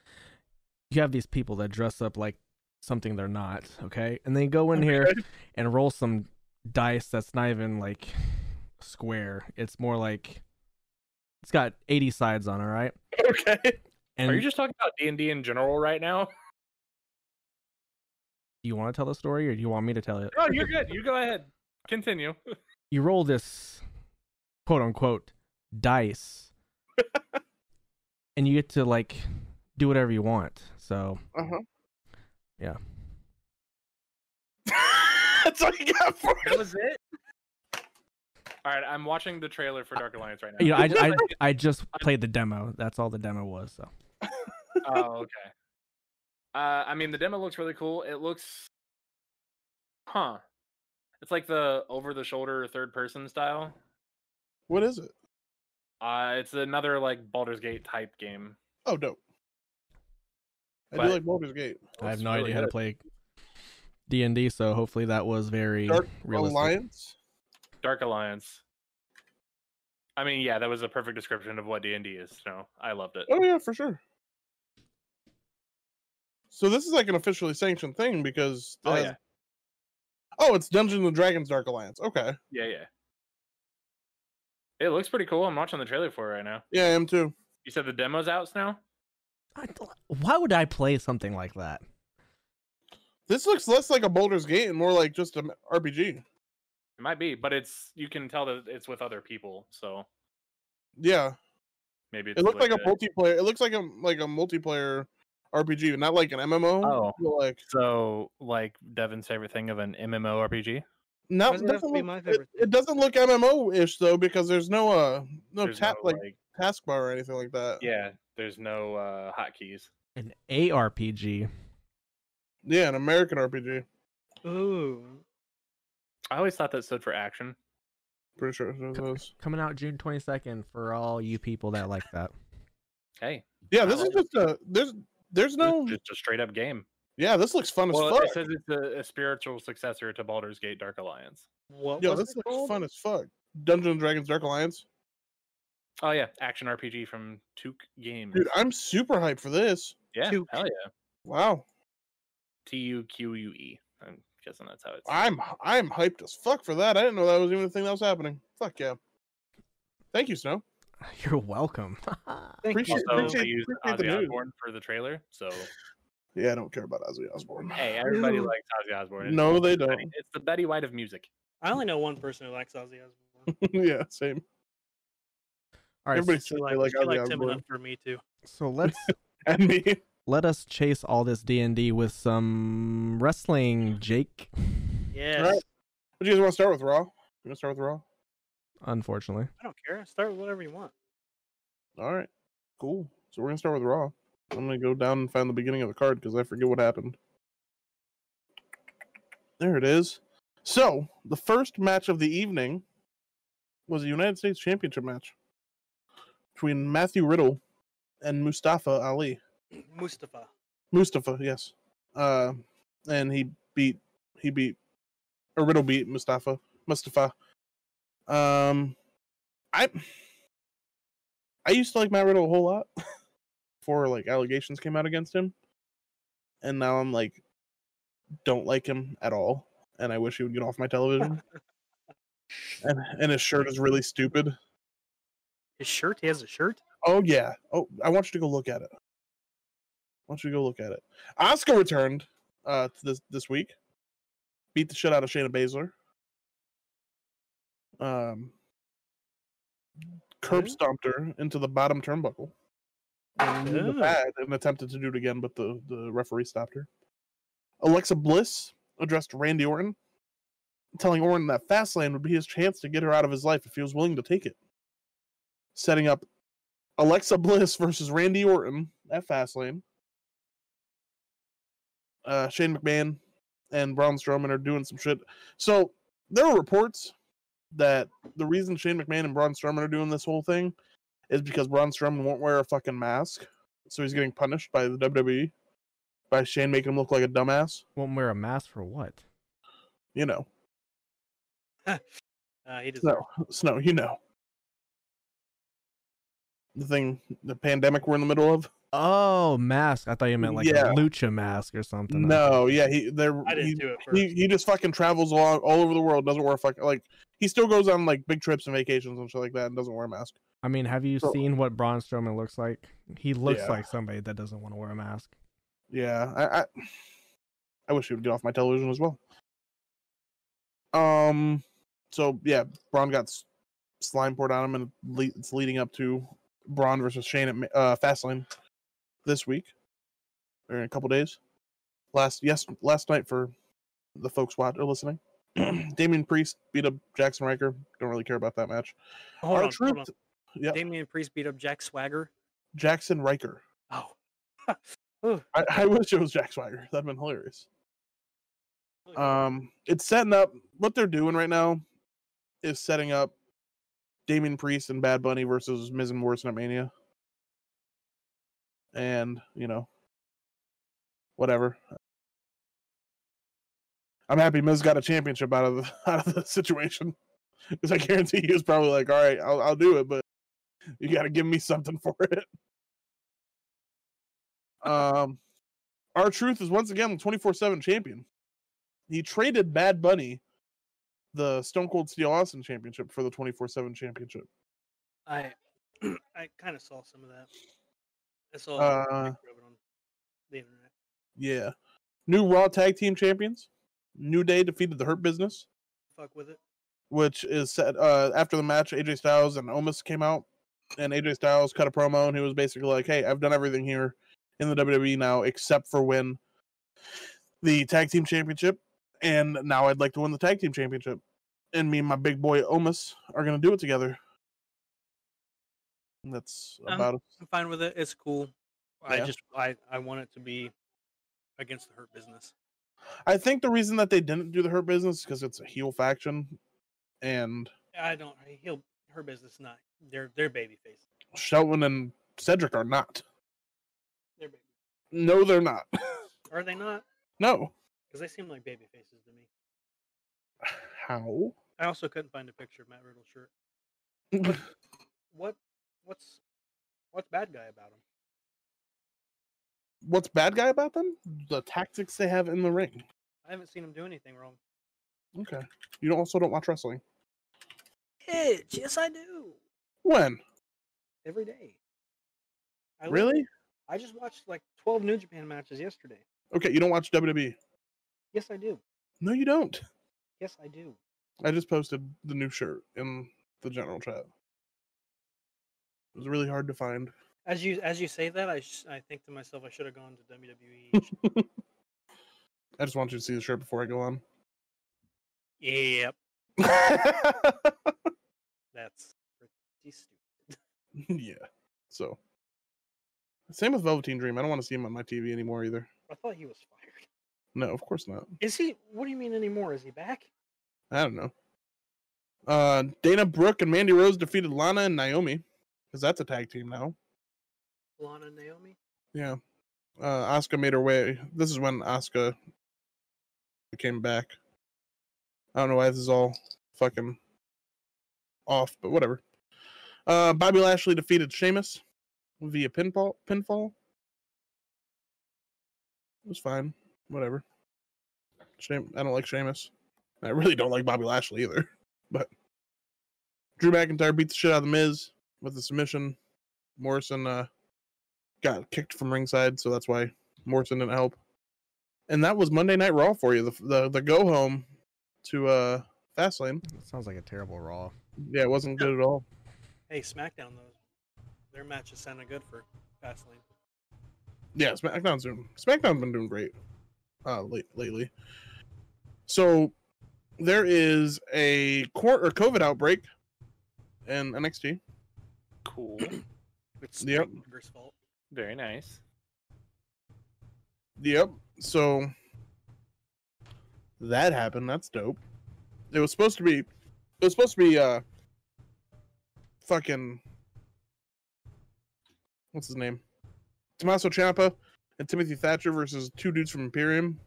Speaker 1: you have these people that dress up like something they're not, okay, and they go in here
Speaker 4: Okay.
Speaker 1: and roll some dice that's not even like square. It's more like it's got eighty sides on. All right.
Speaker 4: Okay.
Speaker 1: And
Speaker 3: Are you just talking about D and D in general right now?
Speaker 1: do you want to tell the story, or do you want me to tell it?
Speaker 3: No, you're good. You go ahead. Continue.
Speaker 1: you roll this quote unquote dice and you get to like do whatever you want. So
Speaker 4: Uh-huh.
Speaker 1: Yeah.
Speaker 4: That's all you got for
Speaker 3: That was it. All right, I'm watching the trailer for Dark Alliance right now.
Speaker 1: you know, I, I, I just played the demo. That's all the demo was. So
Speaker 3: oh, okay. Uh, I mean, the demo looks really cool. It looks, huh? It's like the over-the-shoulder third-person style.
Speaker 4: What is it?
Speaker 3: Uh, it's another like Baldur's Gate type game.
Speaker 4: Oh dope. I
Speaker 3: But-
Speaker 4: do like Baldur's Gate.
Speaker 1: I have
Speaker 3: Looks
Speaker 1: no
Speaker 3: really
Speaker 1: idea how to
Speaker 3: good.
Speaker 1: play D and D. So hopefully that was very
Speaker 4: Dark
Speaker 1: realistic.
Speaker 4: Alliance.
Speaker 3: Dark Alliance. I mean, yeah, that was a perfect description of what D and D is. So I loved it.
Speaker 4: Oh yeah, for sure. So this is like an officially sanctioned thing because it
Speaker 3: Oh,
Speaker 4: has-
Speaker 3: yeah.
Speaker 4: Oh, it's Dungeons and Dragons Dark Alliance. Okay.
Speaker 3: Yeah, yeah. It looks pretty cool. I'm watching the trailer for it right now.
Speaker 4: Yeah, I am too.
Speaker 3: You said the demo's out now.
Speaker 1: I th- why would I play something like that?
Speaker 4: This looks less like a Boulder's Gate and more like just an RPG.
Speaker 3: It might be, but it's you can tell that it's with other people. So
Speaker 4: Yeah,
Speaker 3: maybe it's
Speaker 4: it looks like a
Speaker 3: the-
Speaker 4: multiplayer. It looks like a like a multiplayer RPG, not like an MMO.
Speaker 3: Oh.
Speaker 4: but like
Speaker 3: So, like Devin's favorite thing of an MMORPG?
Speaker 4: no,
Speaker 2: Doesn't
Speaker 4: it
Speaker 2: have
Speaker 4: doesn't
Speaker 2: to be
Speaker 4: look,
Speaker 2: my
Speaker 4: it,
Speaker 2: favorite
Speaker 4: it doesn't look MMO ish though because there's no uh no
Speaker 3: There's
Speaker 4: tap
Speaker 3: no,
Speaker 4: like taskbar or anything like that.
Speaker 3: yeah, there's no uh, hotkeys.
Speaker 1: An ARPG.
Speaker 4: yeah, an American RPG.
Speaker 2: Ooh,
Speaker 3: I always thought that stood for action.
Speaker 4: Pretty sure it
Speaker 1: Co-
Speaker 4: was.
Speaker 1: coming out June twenty second for all you people that like that.
Speaker 3: Hey,
Speaker 4: Yeah,
Speaker 3: I
Speaker 4: this is
Speaker 3: like
Speaker 4: just a there's there's no
Speaker 3: it's just a straight up game.
Speaker 4: yeah. This looks fun as
Speaker 3: Well,
Speaker 4: fuck.
Speaker 3: it says it's a, a spiritual successor to Baldur's Gate: Dark Alliance.
Speaker 2: what
Speaker 4: Yo,
Speaker 2: was
Speaker 4: this
Speaker 2: it
Speaker 4: looks
Speaker 2: called?
Speaker 4: fun as fuck. Dungeons and Dragons Dark Alliance,
Speaker 3: Oh yeah, action RPG from Took Games.
Speaker 4: dude. I'm super hyped for this.
Speaker 3: yeah,
Speaker 2: Tuque.
Speaker 3: hell yeah,
Speaker 4: Wow,
Speaker 3: T U Q U E. I'm guessing that's how it's.
Speaker 4: I'm I'm hyped as fuck for that. I didn't know that was even a thing that was happening. Fuck yeah. Thank you, Snow.
Speaker 1: You're welcome.
Speaker 2: Thank you.
Speaker 4: Appreciate-
Speaker 3: Also, they
Speaker 4: appreciate-
Speaker 3: used
Speaker 4: appreciate the
Speaker 3: Ozzy
Speaker 4: news.
Speaker 3: Osbourne for the trailer, so
Speaker 4: Yeah, I don't care about Ozzy Osbourne.
Speaker 3: hey, everybody
Speaker 2: Ew.
Speaker 3: likes Ozzy Osbourne. It's
Speaker 4: no,
Speaker 3: the
Speaker 4: they don't.
Speaker 3: Betty- It's the Betty White of music.
Speaker 2: I only know one person who likes Ozzy Osbourne.
Speaker 4: yeah, same.
Speaker 1: all right.
Speaker 4: Everybody
Speaker 1: So,
Speaker 2: She
Speaker 4: says they
Speaker 2: liked,
Speaker 4: like
Speaker 2: she
Speaker 4: Ozzy
Speaker 2: liked him enough
Speaker 4: Osbourne.
Speaker 2: for me too.
Speaker 1: so let's
Speaker 4: And me.
Speaker 1: let us chase all this D and D with some wrestling, Jake.
Speaker 2: Yes,
Speaker 4: But you guys want to start with Raw? You want to start with Raw?
Speaker 1: Unfortunately,
Speaker 2: I don't care. Start with whatever you want.
Speaker 4: All right. Cool. So we're gonna start with Raw. I'm gonna go down and find the beginning of the card because I forget what happened. There it is. So the first match of the evening was a United States Championship match between Matthew Riddle and Mustafa Ali.
Speaker 2: Mustafa.
Speaker 4: Mustafa, yes. Uh, and he beat he beat or Riddle beat Mustafa Mustafa. Um, I I used to like Matt Riddle a whole lot before like allegations came out against him, and now I'm like don't like him at all, and I wish he would get off my television. and and his shirt is really stupid.
Speaker 2: His shirt. He has a shirt.
Speaker 4: Oh yeah. Oh, I want you to go look at it. I want you to go look at it. Oscar returned uh to this this week. Beat the shit out of Shayna Baszler. Um curb
Speaker 2: Really?
Speaker 4: stomped her into the bottom turnbuckle. And, in the
Speaker 2: Oh.
Speaker 4: pad and attempted to do it again, but the, the referee stopped her. Alexa Bliss addressed Randy Orton, telling Orton that Fastlane would be his chance to get her out of his life if he was willing to take it. Setting up Alexa Bliss versus Randy Orton at Fastlane. Uh, Shane McMahon and Braun Strowman are doing some shit. So there were reports that the reason Shane McMahon and Braun Strowman are doing this whole thing is because Braun Strowman won't wear a fucking mask, so he's getting punished by the WWE by Shane making him look like a dumbass.
Speaker 1: Won't wear a mask for what?
Speaker 4: You know,
Speaker 2: Uh, he does
Speaker 4: snow, snow. You know, the thing, the pandemic we're in the middle of.
Speaker 1: Oh, mask. I thought you meant like
Speaker 4: Yeah.
Speaker 1: a lucha mask or something.
Speaker 4: No, yeah, he there.
Speaker 2: I
Speaker 4: he-
Speaker 2: didn't do it first.
Speaker 4: he, he just fucking travels along all over the world, doesn't wear a fucking like he still goes on like big trips and vacations and shit like that and doesn't wear a mask.
Speaker 1: I mean, have you
Speaker 4: So-
Speaker 1: seen what Braun Strowman looks like? He looks
Speaker 4: Yeah.
Speaker 1: like somebody that doesn't want to wear a mask.
Speaker 4: Yeah, I, I I wish he would get off my television as well. Um, so yeah, Braun got s- slime poured on him, and le- it's leading up to Braun versus Shane at Ma- uh, Fastlane this week or in a couple days. Last yes, last night for the folks watching or listening, Damian Priest beat up Jackson Riker. Don't really care about that match.
Speaker 2: hold, on,
Speaker 4: R-Truth-
Speaker 2: hold on.
Speaker 4: yeah,
Speaker 2: Damian Priest beat up Jack Swagger.
Speaker 4: Jackson Riker.
Speaker 2: Oh,
Speaker 4: I, I wish it was Jack Swagger. That'd been hilarious.
Speaker 2: look,
Speaker 4: Um, it's setting up what they're doing right now is setting up Damien Priest and Bad Bunny versus Miz and Morrison at Mania. And, you know, whatever. I'm happy Miz got a championship out of the out of the situation. Because I guarantee he was probably like, all right, I'll I'll do it, but you gotta give me something for it. Um our truth is once again the 24-7 champion he traded Bad Bunny the Stone Cold Steel Austin Championship for the 24 7 Championship.
Speaker 2: I I kind of saw some of that. I saw
Speaker 4: Uh,
Speaker 2: a picture of it on the internet.
Speaker 4: Yeah. New Raw Tag Team Champions. New Day defeated the Hurt Business,
Speaker 2: Fuck with it.
Speaker 4: which is set uh, after the match. AJ Styles and Omis came out, and AJ Styles cut a promo, and he was basically like, Hey, I've done everything here in the WWE now except for win the Tag Team Championship, and now I'd like to win the Tag Team Championship. And me and my big boy Omis are going to do it together. And That's
Speaker 2: Um,
Speaker 4: about it.
Speaker 2: I'm fine with it. It's cool. I
Speaker 4: Yeah.
Speaker 2: just I I want it to be against the hurt business.
Speaker 4: I think the reason that they didn't do the Hurt Business is because it's a heel faction, and
Speaker 2: I don't. He'll her business not their their baby face.
Speaker 4: Shelton and Cedric are not.
Speaker 2: Their baby.
Speaker 4: No, they're not.
Speaker 2: Are they not?
Speaker 4: no.
Speaker 2: Because they seem like baby faces to me.
Speaker 4: How?
Speaker 2: I also couldn't find a picture of Matt Riddle's shirt. What what's what's bad guy about him?
Speaker 4: What's bad guy about them? The tactics they have in the ring.
Speaker 2: I haven't seen him do anything wrong.
Speaker 4: Okay. You don't- also don't watch wrestling.
Speaker 2: Bitch, yes I do.
Speaker 4: When?
Speaker 2: Every day. I look-
Speaker 4: Really?
Speaker 2: I just watched like twelve New Japan matches yesterday.
Speaker 4: Okay. You don't watch WWE.
Speaker 2: Yes I do.
Speaker 4: No, you don't.
Speaker 2: Yes I do.
Speaker 4: I just posted the new shirt in the general chat. It was really hard to find.
Speaker 2: As you as you say that, I sh- I think to myself I should have gone to E. WWE.
Speaker 4: I just want you to see the shirt before I go on.
Speaker 2: yep, that's pretty stupid.
Speaker 4: yeah. So same with Velveteen Dream. I don't want to see him on my TV anymore either.
Speaker 2: I thought he was fired.
Speaker 4: No, of course not.
Speaker 2: Is he? What do you mean anymore? Is he back?
Speaker 4: I don't know. Uh Dana Brooke and Mandy Rose defeated Lana and Naomi because that's a tag team now.
Speaker 2: Lana and Naomi.
Speaker 4: Yeah. Uh Asuka made her way. This is when Asuka came back. I don't know why this is all fucking off, but whatever. Uh Bobby Lashley defeated Sheamus via pinfall pinfall. It was fine. Whatever. Shame I don't like Sheamus. I really don't like Bobby Lashley either. But Drew McIntyre beat the shit out of the Miz with the submission. Morrison uh, got kicked from ringside, so that's why Morrison didn't help. And that was Monday Night Raw for you. The the, the go home to uh, Fastlane.
Speaker 1: Sounds like a terrible Raw.
Speaker 4: Yeah, it wasn't good at all.
Speaker 2: Hey, SmackDown though, their matches sounded good for Fastlane.
Speaker 4: Yeah, SmackDown's doing SmackDown's been doing great uh, late, lately. So there is a court or COVID outbreak in NXT.
Speaker 3: Cool.
Speaker 2: It's
Speaker 4: Yep.
Speaker 2: Frank Miller's fault.
Speaker 3: Very nice.
Speaker 4: Yep. So that happened. That's dope. It was supposed to be. It was supposed to be. uh Fucking. What's his name? Tommaso Ciampa and Timothy Thatcher versus two dudes from Imperium.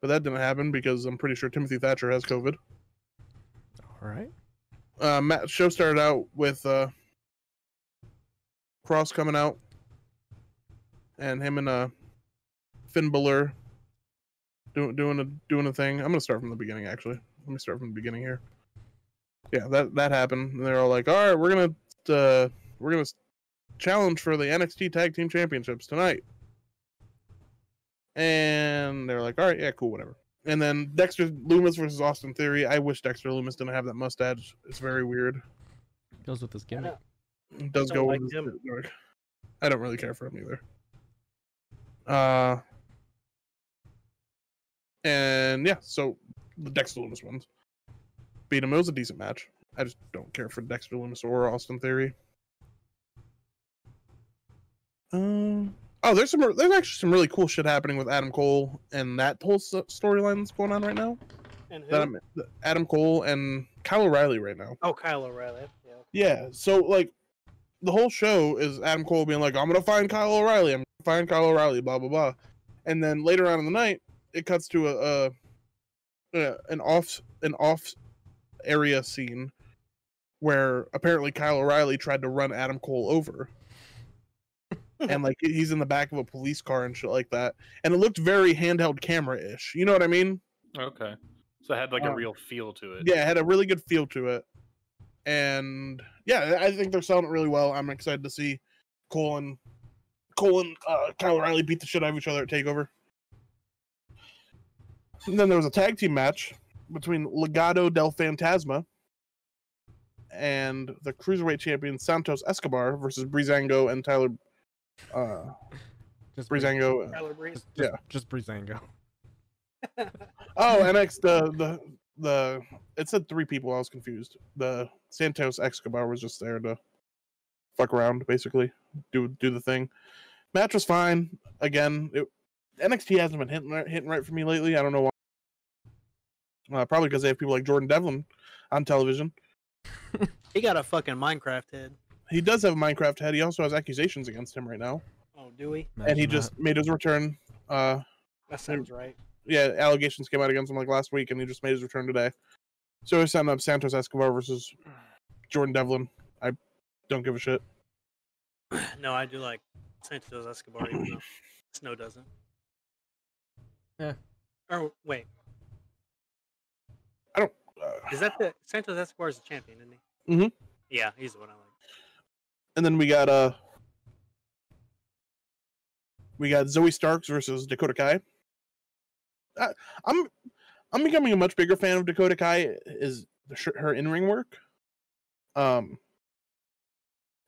Speaker 4: But that didn't happen because I'm pretty sure Timothy Thatcher has COVID.
Speaker 1: All right.
Speaker 4: uh, Matt, show started out with uh, Cross coming out, and him and uh, Finn Balor doing doing a doing a thing. I'm gonna start from the beginning. Actually, let me start from the beginning here. Yeah, that that happened. And they're all like, "All right, we're gonna uh, we're gonna challenge for the NXT Tag Team Championships tonight." And they're like, "All right, yeah, cool, whatever." And then Dexter Loomis versus Austin Theory. I wish Dexter Loomis didn't have that mustache. It's very weird.
Speaker 1: Goes with this gimmick.
Speaker 4: It does
Speaker 2: Don't
Speaker 4: go
Speaker 2: like
Speaker 4: with his
Speaker 2: him.
Speaker 4: dark. I don't really care for him either. Uh, and yeah, so the Dexter Loomis ones beat him. It was a decent match. I just don't care for Dexter Loomis or Austin Theory. Um, oh, there's some. There's actually some really cool shit happening with Adam Cole and that whole s- storyline that's going on right now.
Speaker 2: And who?
Speaker 4: That I'm, Adam Cole and Kyle O'Reilly right now.
Speaker 2: oh, Kyle O'Reilly. Yeah.
Speaker 4: Yeah. So like the whole show is Adam Cole being like, I'm gonna find Kyle O'Reilly, I'm gonna find Kyle O'Reilly, blah blah blah. And then later on in the night, it cuts to a, a, a an off an off area scene where apparently Kyle O'Reilly tried to run Adam Cole over. and like he's in the back of a police car and shit like that. And it looked very handheld camera ish. You know what I mean?
Speaker 3: Okay. So it had like a
Speaker 4: Um,
Speaker 3: real feel to it.
Speaker 4: Yeah, it had a really good feel to it. And yeah, I think they're selling it really well. I'm excited to see Cole and Cole and uh, Kyle O'Reilly beat the shit out of each other at Takeover. And then there was a tag team match between Legado del Fantasma and the cruiserweight champion Santos Escobar versus Breezango and Tyler uh,
Speaker 1: Just
Speaker 4: Breezango.
Speaker 2: Tyler Breeze.
Speaker 1: Just,
Speaker 4: yeah.
Speaker 1: Just Breezango.
Speaker 4: Oh, NX the the the it said three people. I was confused. The Santos Escobar was just there to fuck around, basically do do the thing. Match was fine. Again, it, NXT hasn't been hitting right- hitting right for me lately. I don't know why. Uh, probably because they have people like Jordan Devlin on television.
Speaker 2: He got a fucking Minecraft head.
Speaker 4: He does have a Minecraft head. He also has accusations against him right now,
Speaker 2: Oh, do we?
Speaker 4: and he
Speaker 1: Imagine
Speaker 4: just made his return. Uh,
Speaker 2: That sounds right.
Speaker 4: yeah, allegations came out against him like last week, and he just made his return today. So he's setting up Santos Escobar versus Jordan Devlin. I don't give a shit.
Speaker 2: No, I do like Santos Escobar, even though Snow doesn't.
Speaker 1: Yeah.
Speaker 2: Or wait,
Speaker 4: Uh,
Speaker 2: is that the Santos Escobar is the champion, isn't he?
Speaker 4: Mhm.
Speaker 2: Yeah, he's the one I like.
Speaker 4: and then we got uh, we got Zoe Starks versus Dakota Kai. I, I'm I'm becoming a much bigger fan of Dakota Kai. Is the sh- her in ring work? Um,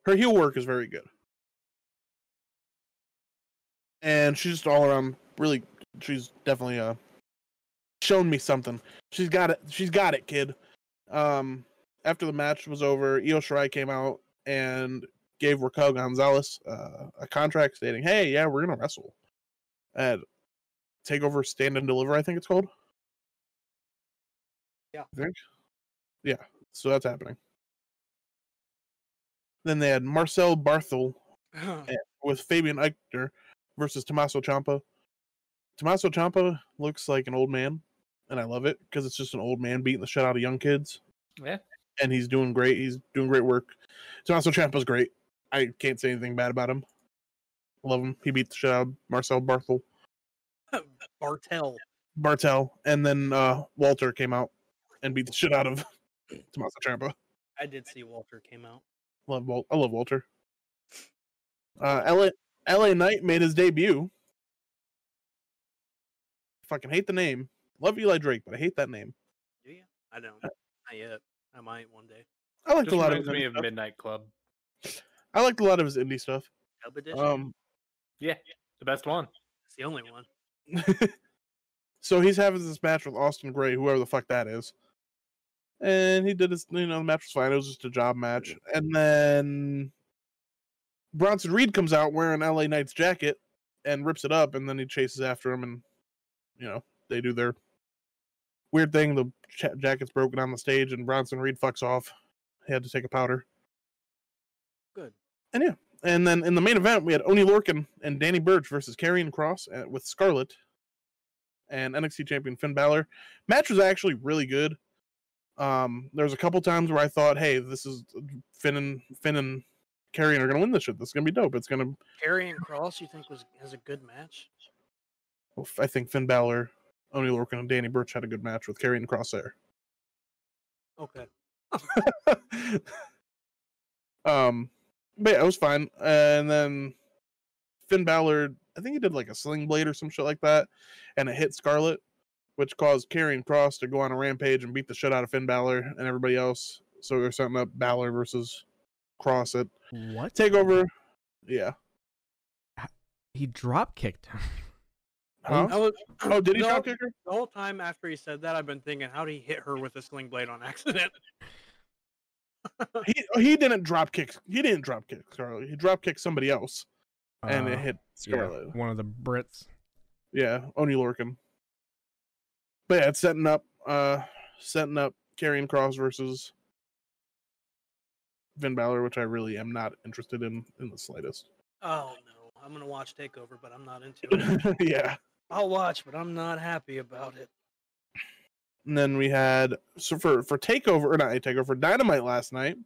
Speaker 4: her heel work is very good, and she's just all around really. She's definitely uh shown me something. She's got it. She's got it, kid. Um, after the match was over, Io Shirai came out and gave Raquel Gonzalez uh, a contract stating, "Hey, yeah, we're gonna wrestle at Takeover Stand and Deliver." I think it's called.
Speaker 2: Yeah.
Speaker 4: I think. Yeah, so that's happening. Then they had Marcel Barthel with Fabian Eichner versus Tommaso Ciampa. Tommaso Ciampa looks like an old man, and I love it because it's just an old man beating the shit out of young kids.
Speaker 3: Yeah.
Speaker 4: and he's doing great. He's doing great work. Tommaso Ciampa's great. I can't say anything bad about him. Love him. He beat the shit out of Marcel Barthel,
Speaker 2: Bartel.
Speaker 4: Bartel, and then uh, Walter came out and beat the shit out of Tommaso Ciampa.
Speaker 2: I did see Walter came out.
Speaker 4: Love Wal- I love Walter. Uh, LA LA Knight made his debut. Fucking hate the name. Love Eli Drake, but I hate that name.
Speaker 2: Do you? I don't.
Speaker 4: Uh
Speaker 2: Not yet. I might one day.
Speaker 4: I liked
Speaker 3: Just
Speaker 4: a lot of
Speaker 3: reminds
Speaker 4: his
Speaker 3: me
Speaker 4: indie
Speaker 3: of
Speaker 4: stuff.
Speaker 3: Midnight Club,
Speaker 4: I liked a lot of his indie stuff.
Speaker 2: Dub edition.
Speaker 4: Um,
Speaker 3: the best one.
Speaker 2: it's the only one.
Speaker 4: so he's having this match with Austin Gray, whoever the fuck that is. And he did his, you know, the match was fine. It was just a job match. And then Bronson Reed comes out wearing LA Knight's jacket and rips it up, and then he chases after him, and you know they do their weird thing. The cha- jacket's broken on the stage, and Bronson Reed fucks off. He had to take a powder.
Speaker 2: Good.
Speaker 4: And yeah, and then in the main event, we had Oni Lorkin and Danny Burch versus Karrion Cross with Scarlett and NXT champion Finn Balor. Match was actually really good. Um, there was a couple times where I thought, hey, this is Finn and Finn and Karrion are gonna win this shit. This is gonna be dope. It's gonna
Speaker 2: Carrying Cross, you think was has a good match?
Speaker 4: Well, f- I think Finn Balor, Oni Lorcan, and Danny Burch had a good match with Karrion Cross there.
Speaker 2: Okay.
Speaker 4: um, but yeah, it was fine. And then Finn Balor, I think he did like a sling blade or some shit like that, and it hit Scarlet, which caused Karrion Cross to go on a rampage and beat the shit out of Finn Balor and everybody else. So they're setting up Balor versus Cross at
Speaker 1: What?
Speaker 4: Takeover. Yeah.
Speaker 1: He drop kicked him.
Speaker 4: Huh?
Speaker 2: I was,
Speaker 4: Oh, did he
Speaker 2: No.
Speaker 4: drop kick her?
Speaker 2: the whole time after he said that, I've been thinking, how did he hit her with a sling blade on accident?
Speaker 4: He oh, he didn't drop kick. He didn't drop kick Scarlet. He drop kicked somebody else, and it
Speaker 1: Uh,
Speaker 4: hit
Speaker 1: yeah,
Speaker 4: Scarlet.
Speaker 1: one of the Brits.
Speaker 4: Yeah, Oni Lorcan. But yeah, it's setting up uh setting up Karrion Cross versus Finn Balor, which I really am not interested in in the slightest.
Speaker 2: Oh no, I'm gonna watch Takeover, but I'm not into it.
Speaker 4: yeah.
Speaker 2: I'll watch, but I'm not happy about it.
Speaker 4: And then we had so for for Takeover or not Takeover for Dynamite last night.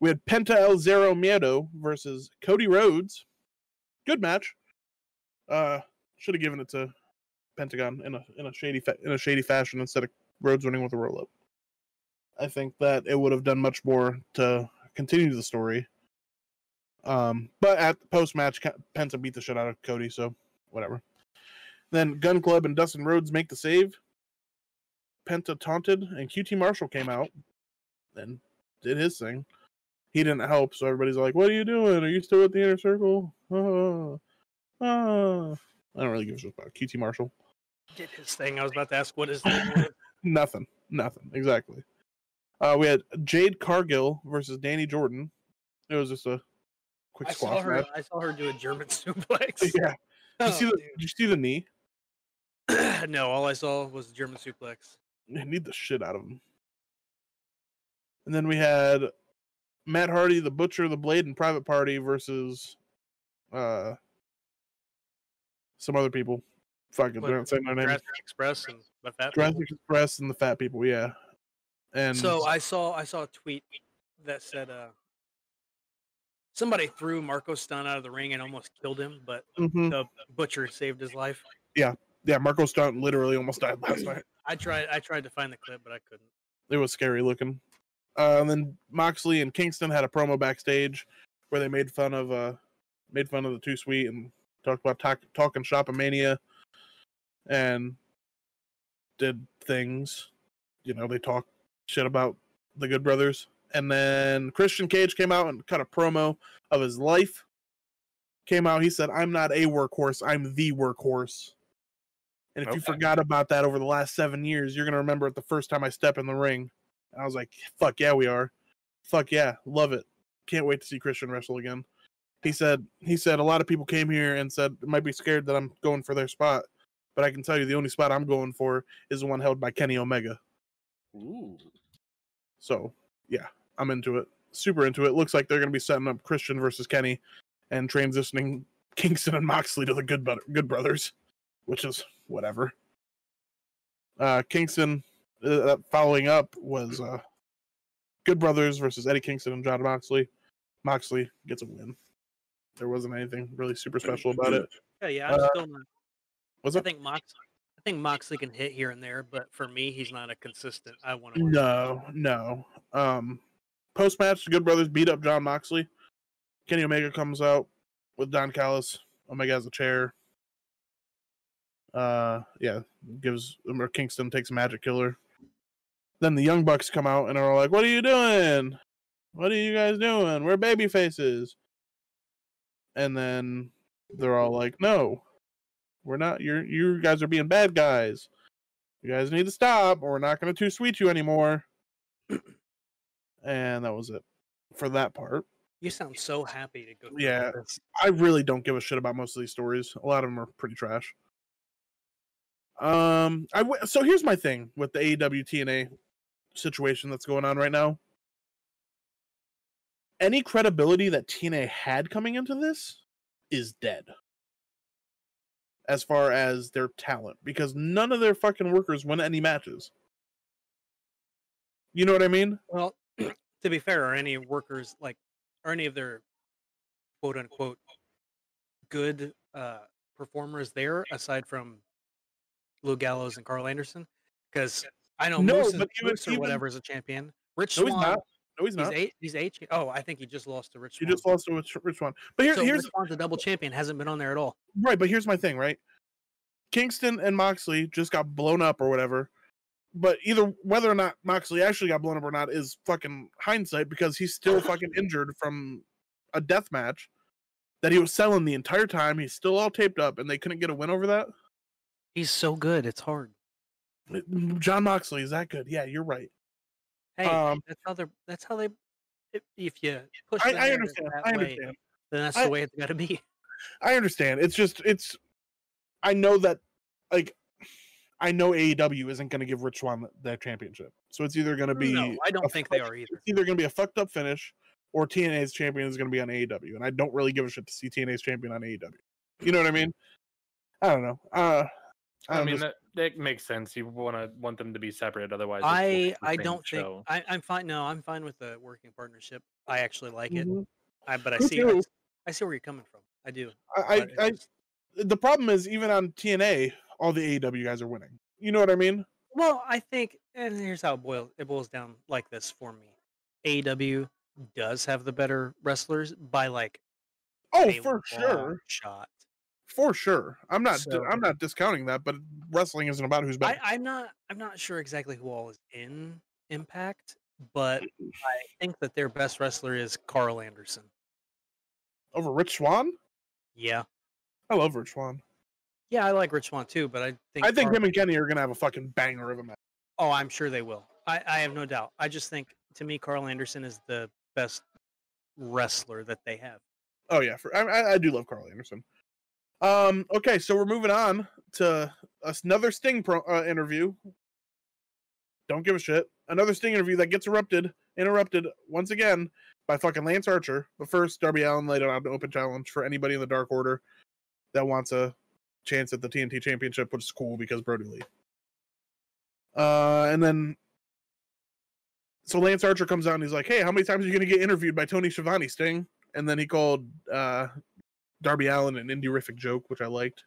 Speaker 4: We had Penta El Zero Miedo versus Cody Rhodes. Good match. Uh, should have given it to Pentagon in a in a shady fa- in a shady fashion instead of Rhodes winning with a roll up. I think that it would have done much more to continue the story. Um, but at the post match, Penta beat the shit out of Cody, so whatever. Then Gun Club and Dustin Rhodes make the save. Penta taunted, and QT Marshall came out and did his thing. He didn't help, so everybody's like, "What are you doing? Are you still with the inner circle?" Ah, ah." I don't really give a shit about QT Marshall.
Speaker 2: Did his thing. I was about to ask, what is the
Speaker 4: Nothing. Nothing. Exactly. Uh, we had Jade Cargill versus Danny Jordan. It was just a quick
Speaker 2: I saw
Speaker 4: squash
Speaker 2: her.
Speaker 4: match.
Speaker 2: I saw her do a German suplex.
Speaker 4: Yeah. Did you, see
Speaker 2: Oh,
Speaker 4: the, did you see the knee?
Speaker 2: dude. no, all I saw was a German suplex.
Speaker 4: I need the shit out of him. And then we had Matt Hardy, the Butcher, the Blade, and Private Party versus uh some other people. Fucking
Speaker 2: What,
Speaker 4: don't say my name.
Speaker 2: Jurassic Express and but that.
Speaker 4: Jurassic Express and the Fat People, yeah. And
Speaker 2: So I saw I saw a tweet that said uh somebody threw Marco Stunt out of the ring and almost killed him, but
Speaker 4: Mhm.
Speaker 2: the butcher saved his life.
Speaker 4: yeah, Marco Stunt literally almost died last night.
Speaker 2: I tried I tried to find the clip, but I couldn't.
Speaker 4: It was scary looking. Uh, and then Moxley and Kingston had a promo backstage where they made fun of uh made fun of the two sweet and talked about talk, talking shop mania and did things. You know, they talked shit about the Good Brothers. And then Christian Cage came out and cut a promo of his life. Came out, he said, I'm not a workhorse, I'm the workhorse. And if you
Speaker 3: Okay.
Speaker 4: forgot about that over the last seven years, you're gonna remember it the first time I step in the ring. And I was like, fuck yeah, we are. Fuck yeah, love it. Can't wait to see Christian wrestle again. He said he said a lot of people came here and said might be scared that I'm going for their spot, but I can tell you the only spot I'm going for is the one held by Kenny Omega.
Speaker 3: Ooh.
Speaker 4: So yeah, I'm into it. Super into it. Looks like they're gonna be setting up Christian versus Kenny and transitioning Kingston and Moxley to the good brother good brothers, which is whatever. Uh Kingston uh, following up was uh Good Brothers versus Eddie Kingston and John Moxley. Moxley gets a win. There wasn't anything really super special about it.
Speaker 2: Yeah, yeah, I'm
Speaker 4: Uh,
Speaker 2: still not
Speaker 4: Was
Speaker 2: I
Speaker 4: it?
Speaker 2: think Mox I think Moxley can hit here and there, but for me he's not a consistent I want to
Speaker 4: No, no. Um, post match, the Good Brothers beat up John Moxley. Kenny Omega comes out, with Don Callis. Omega has a chair. Uh, yeah, gives or Kingston takes a Magic Killer. Then the Young Bucks come out and are like, "What are you doing? What are you guys doing? We're baby faces." And then they're all like, "No, we're not. You you guys are being bad guys. You guys need to stop, or we're not going to too sweet you anymore." and that was it for that part.
Speaker 2: You sound so happy to go. through all
Speaker 4: Yeah.
Speaker 2: this.
Speaker 4: I really don't give a shit about most of these stories. A lot of them are pretty trash. Um, I w- so here's my thing with the E AEW TNA situation that's going on right now. Any credibility that TNA had coming into this is dead. As far as their talent, because none of their fucking workers win any matches. You know what I mean?
Speaker 2: Well, to be fair, are any workers like, are any of their quote unquote good uh, performers there aside from Lou Gallows and Carl Anderson? Because I know
Speaker 4: No,
Speaker 2: Moose, is,
Speaker 4: but even-
Speaker 2: Moose or
Speaker 4: even-
Speaker 2: whatever is a champion. Rich
Speaker 4: No, he's
Speaker 2: Swann,
Speaker 4: not. No, he's
Speaker 2: he's
Speaker 4: not.
Speaker 2: eight. He's eight. Oh, I think he just lost to Rich.
Speaker 4: You just
Speaker 2: Swann.
Speaker 4: lost to which, which one? But here,
Speaker 2: so
Speaker 4: here's
Speaker 2: Rich Swawn's a double champion. Hasn't been on there at all.
Speaker 4: Right, but here's my thing, right? Kingston and Moxley just got blown up or whatever. But either whether or not Moxley actually got blown up or not is fucking hindsight because he's still fucking injured from a death match that he was selling the entire time. He's still all taped up and they couldn't get a win over that.
Speaker 2: He's so good. It's hard.
Speaker 4: John Moxley is that good? Yeah, you're right.
Speaker 2: Hey,
Speaker 4: Um,
Speaker 2: that's how they're. That's how they. If, if you push,
Speaker 4: I,
Speaker 2: the
Speaker 4: I
Speaker 2: narrative
Speaker 4: understand.
Speaker 2: that
Speaker 4: I
Speaker 2: way,
Speaker 4: understand.
Speaker 2: then that's
Speaker 4: I-
Speaker 2: the way it's got to be.
Speaker 4: I understand. It's just it's I know that like I know AEW isn't going to give Rich Swan that championship. So it's either going to be
Speaker 2: no, I
Speaker 4: a
Speaker 2: don't think they
Speaker 4: fucked-
Speaker 2: are either.
Speaker 4: It's either going to be a fucked up finish or TNA's champion is going to be on AEW and I don't really give a shit to see TNA's champion on AEW. You know what I mean? I don't know. Uh
Speaker 3: I
Speaker 4: I'm
Speaker 3: mean,
Speaker 4: just-
Speaker 3: that, that makes sense. You want to want them to be separate, otherwise. it's
Speaker 2: I
Speaker 3: just the
Speaker 2: I
Speaker 3: same
Speaker 2: don't think
Speaker 3: show.
Speaker 2: I, I'm fine. No, I'm fine with the working partnership. I actually like it.
Speaker 4: Mhm.
Speaker 2: I, but I
Speaker 4: Me
Speaker 2: see I,
Speaker 4: too.
Speaker 2: s- I see where you're coming from. I do.
Speaker 4: I, I,
Speaker 2: but
Speaker 4: I
Speaker 2: it's-
Speaker 4: the problem is even on TNA all the AEW guys are winning. You know what I mean?
Speaker 2: well, I think, and here's how it boils. It boils down like this for me. AEW does have the better wrestlers by like
Speaker 4: Oh,
Speaker 2: a
Speaker 4: for
Speaker 2: long
Speaker 4: sure.
Speaker 2: shot.
Speaker 4: for sure. I'm not di-
Speaker 3: So-
Speaker 4: I'm not discounting that, but wrestling isn't about who's
Speaker 2: I,
Speaker 4: better.
Speaker 2: I'm not. I'm not sure exactly who all is in Impact, but I think that their best wrestler is Carl Anderson.
Speaker 4: Over Rich Swan?
Speaker 2: Yeah,
Speaker 4: I love Rich Swan.
Speaker 2: yeah, I like Rich Swan too, but I think
Speaker 4: I think
Speaker 2: Carl-
Speaker 4: him and Kenny are gonna have a fucking banger of a match.
Speaker 2: Oh, I'm sure they will. I, I have no doubt. I just think to me, Carl Anderson is the best wrestler that they have.
Speaker 4: Oh yeah, for, I, I I do love Carl Anderson. Um, okay, so we're moving on to us- another Sting pro, uh, interview. Don't give a shit. Another Sting interview that gets erupted, interrupted once again by fucking Lance Archer. But first, Darby Allen laid out an open challenge for anybody in the Dark Order that wants a chance at the TNT Championship, which is cool because Brody Lee. Uh, and then. So Lance Archer comes out and he's like, "Hey, how many times are you going to get interviewed by Tony Schiavone, Sting?" and then he called uh Darby Allen an indie joke, which I liked.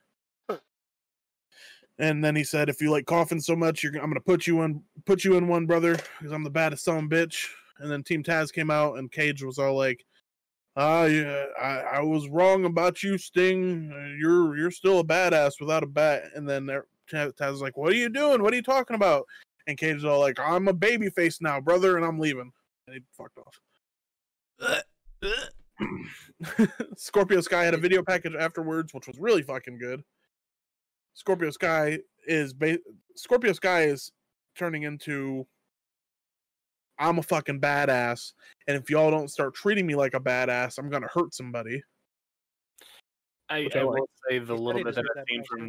Speaker 4: And then he said, "If you like coughing so much, you're, gonna- I'm going to put you in, put you in one, brother, because I'm the baddest son of a bitch." And then Team Taz came out, and Cage was all like, "Ah, yeah, I, I was wrong about you, Sting. Uh, You're you're still a badass without a bat." And then there, Ta- Taz was like, "What are you doing? What are you talking about?" And Cage was all like, "I'm a babyface now, brother, and I'm leaving." And he fucked off. Scorpio Sky had a video package afterwards, which was really fucking good. Scorpio Sky is ba- Scorpio Sky is turning into I'm a fucking badass, and if y'all don't start treating me like a badass, I'm gonna hurt somebody.
Speaker 3: I,
Speaker 4: which I
Speaker 3: I
Speaker 4: like.
Speaker 3: will say the
Speaker 2: He's
Speaker 3: little
Speaker 2: gotta
Speaker 3: bit that
Speaker 2: deserve
Speaker 3: I've
Speaker 2: that
Speaker 3: seen
Speaker 2: pressure.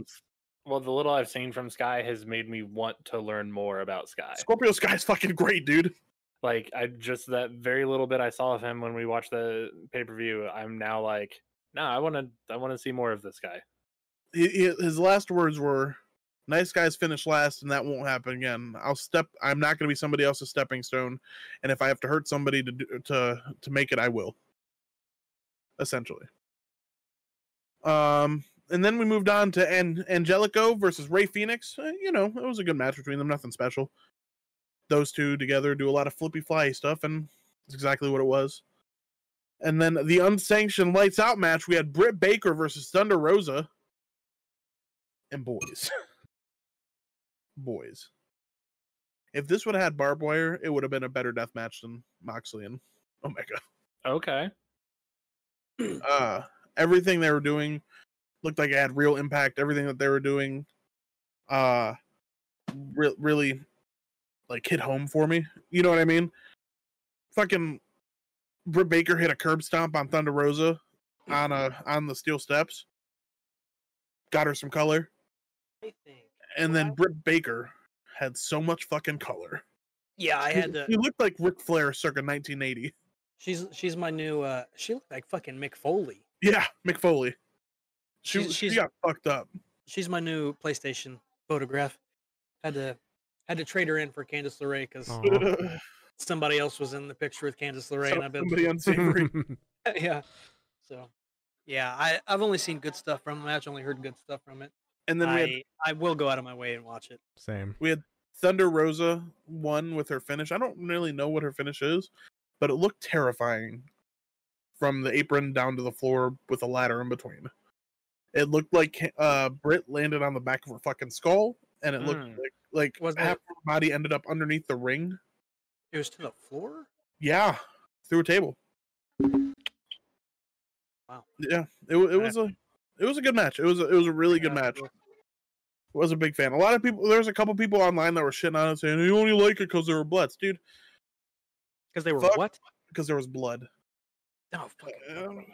Speaker 3: from, well, the little I've seen from Sky has made me want to learn more about Sky.
Speaker 4: Scorpio Sky is fucking great, dude.
Speaker 3: Like I just that very little bit I saw of him when we watched the pay per view. I'm now like, no, I want to, I want to see more of this guy.
Speaker 4: He, he- his last words were, "Nice guys finish last, and that won't happen again. I'll step. I'm not gonna be somebody else's stepping stone, and if I have to hurt somebody to do, to to make it, I will." Essentially. Um, and then we moved on to An- Angelico versus Ray Phoenix. Uh, you know, it was a good match between them. Nothing special. Those two together do a lot of flippy fly stuff, and it's exactly what it was. And then the unsanctioned lights out match, we had Britt Baker versus Thunder Rosa. And boys. boys. If this would have had barbed wire, it would have been a better death match than Moxley and Omega.
Speaker 3: Okay.
Speaker 4: Uh, everything they were doing looked like it had real impact. Everything that they were doing uh, re- really like hit home for me. You know what I mean? Fucking Britt Baker hit a curb stomp on Thunder Rosa on uh on the steel steps. Got her some color.
Speaker 2: I think.
Speaker 4: And then Britt Baker had so much fucking color.
Speaker 2: Yeah, I had to.
Speaker 4: He looked like Ric Flair circa 1980.
Speaker 2: She's she's my new. uh She looked like fucking Mick Foley.
Speaker 4: Yeah, Mick Foley. She,
Speaker 2: She's-
Speaker 4: she
Speaker 2: she's-
Speaker 4: got fucked up.
Speaker 2: She's my new PlayStation photograph. Had to had to trade her in for Candice LeRae because
Speaker 4: Oh.
Speaker 1: Aw.
Speaker 2: somebody else was in the picture with Candice LeRae, Oh, and I bet
Speaker 4: Somebody unsavory.
Speaker 2: yeah. So, yeah, I I've only seen good stuff from the match. Only heard good stuff from it.
Speaker 4: And then we had
Speaker 2: I I will go out of my way and watch it.
Speaker 1: Same.
Speaker 4: Thunder Rosa won with her finish. I don't really know what her finish is, but it looked terrifying from the apron down to the floor with a ladder in between. It looked like uh Britt landed on the back of her fucking skull, and it looked
Speaker 3: Mm.
Speaker 4: like like
Speaker 2: Was
Speaker 4: half
Speaker 2: it-
Speaker 4: her body ended up underneath the ring.
Speaker 2: It was to the floor.
Speaker 4: Yeah, through a table.
Speaker 2: Wow.
Speaker 4: Yeah, it wa- it was a it was a good match. It was a, it was a really good
Speaker 2: Yeah,
Speaker 4: match. was a big fan. A lot of people, there was a couple people online that were shitting on it saying, you only like it because there were bloods, dude,
Speaker 2: Because they were
Speaker 4: Fuck.
Speaker 2: what? Oh,
Speaker 4: because there was blood.
Speaker 2: No, fucking
Speaker 4: Um,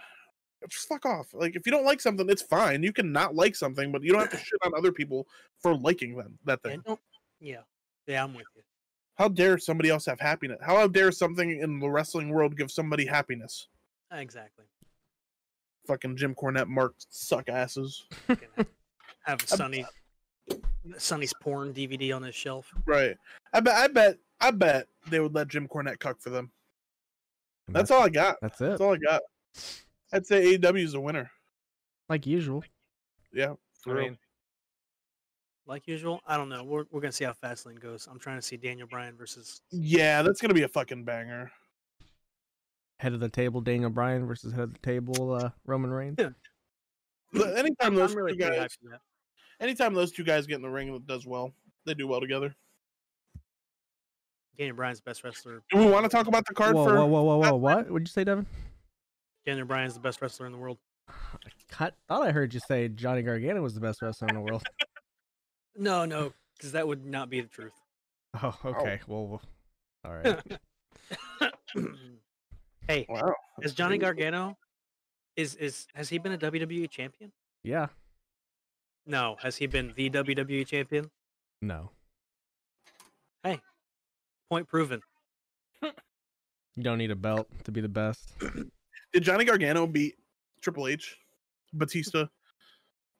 Speaker 4: just fuck off. Like, if you don't like something, it's fine. You can not like something, but you don't have to shit on other people for liking them, that
Speaker 2: yeah,
Speaker 4: thing.
Speaker 2: don't- yeah, yeah, I'm with you.
Speaker 4: How dare somebody else have happiness? How dare something in the wrestling world give somebody happiness?
Speaker 2: Exactly.
Speaker 4: Fucking Jim Cornette, Mark suck asses.
Speaker 2: Fucking have- Have Sonny Sonny's porn DVD on his shelf.
Speaker 4: Right. I bet, I bet, I bet they would let Jim Cornette cuck for them.
Speaker 2: Mm.
Speaker 4: That's all I got.
Speaker 1: That's
Speaker 4: That's
Speaker 1: it.
Speaker 4: all I got. I'd say AEW is a winner.
Speaker 1: Like usual.
Speaker 4: Yeah.
Speaker 3: I
Speaker 4: For real.
Speaker 3: mean,
Speaker 2: Like usual, I don't know. We're, we're gonna see how Fastlane goes. I'm trying to see Daniel Bryan versus.
Speaker 4: Yeah, that's gonna be a fucking banger.
Speaker 1: Head of the table, Daniel Bryan versus head of the table, uh, Roman Reigns.
Speaker 4: But anytime
Speaker 2: I'm
Speaker 4: those
Speaker 2: really
Speaker 4: two
Speaker 2: pretty
Speaker 4: guys,
Speaker 2: hyped for that.
Speaker 4: anytime those two guys get in the ring, it does well. They do well together.
Speaker 2: Daniel Bryan's the best wrestler.
Speaker 4: Do we want to talk about the
Speaker 1: Whoa,
Speaker 4: card for?
Speaker 1: whoa, whoa, whoa, whoa! What? Would you say, Devin?
Speaker 2: Daniel Bryan's the best wrestler in the world.
Speaker 1: I thought I heard you say Johnny Gargano was the best wrestler in the world.
Speaker 2: No, no, because that would not be the truth.
Speaker 1: Oh, okay. Well, all right.
Speaker 2: hey,
Speaker 4: Wow.
Speaker 2: is Johnny Gargano is is has he been a WWE champion?
Speaker 1: Yeah.
Speaker 2: No, has he been the WWE champion?
Speaker 1: No.
Speaker 2: Point proven.
Speaker 1: You don't need a belt to be the best.
Speaker 4: Did Johnny Gargano beat Triple H, Batista,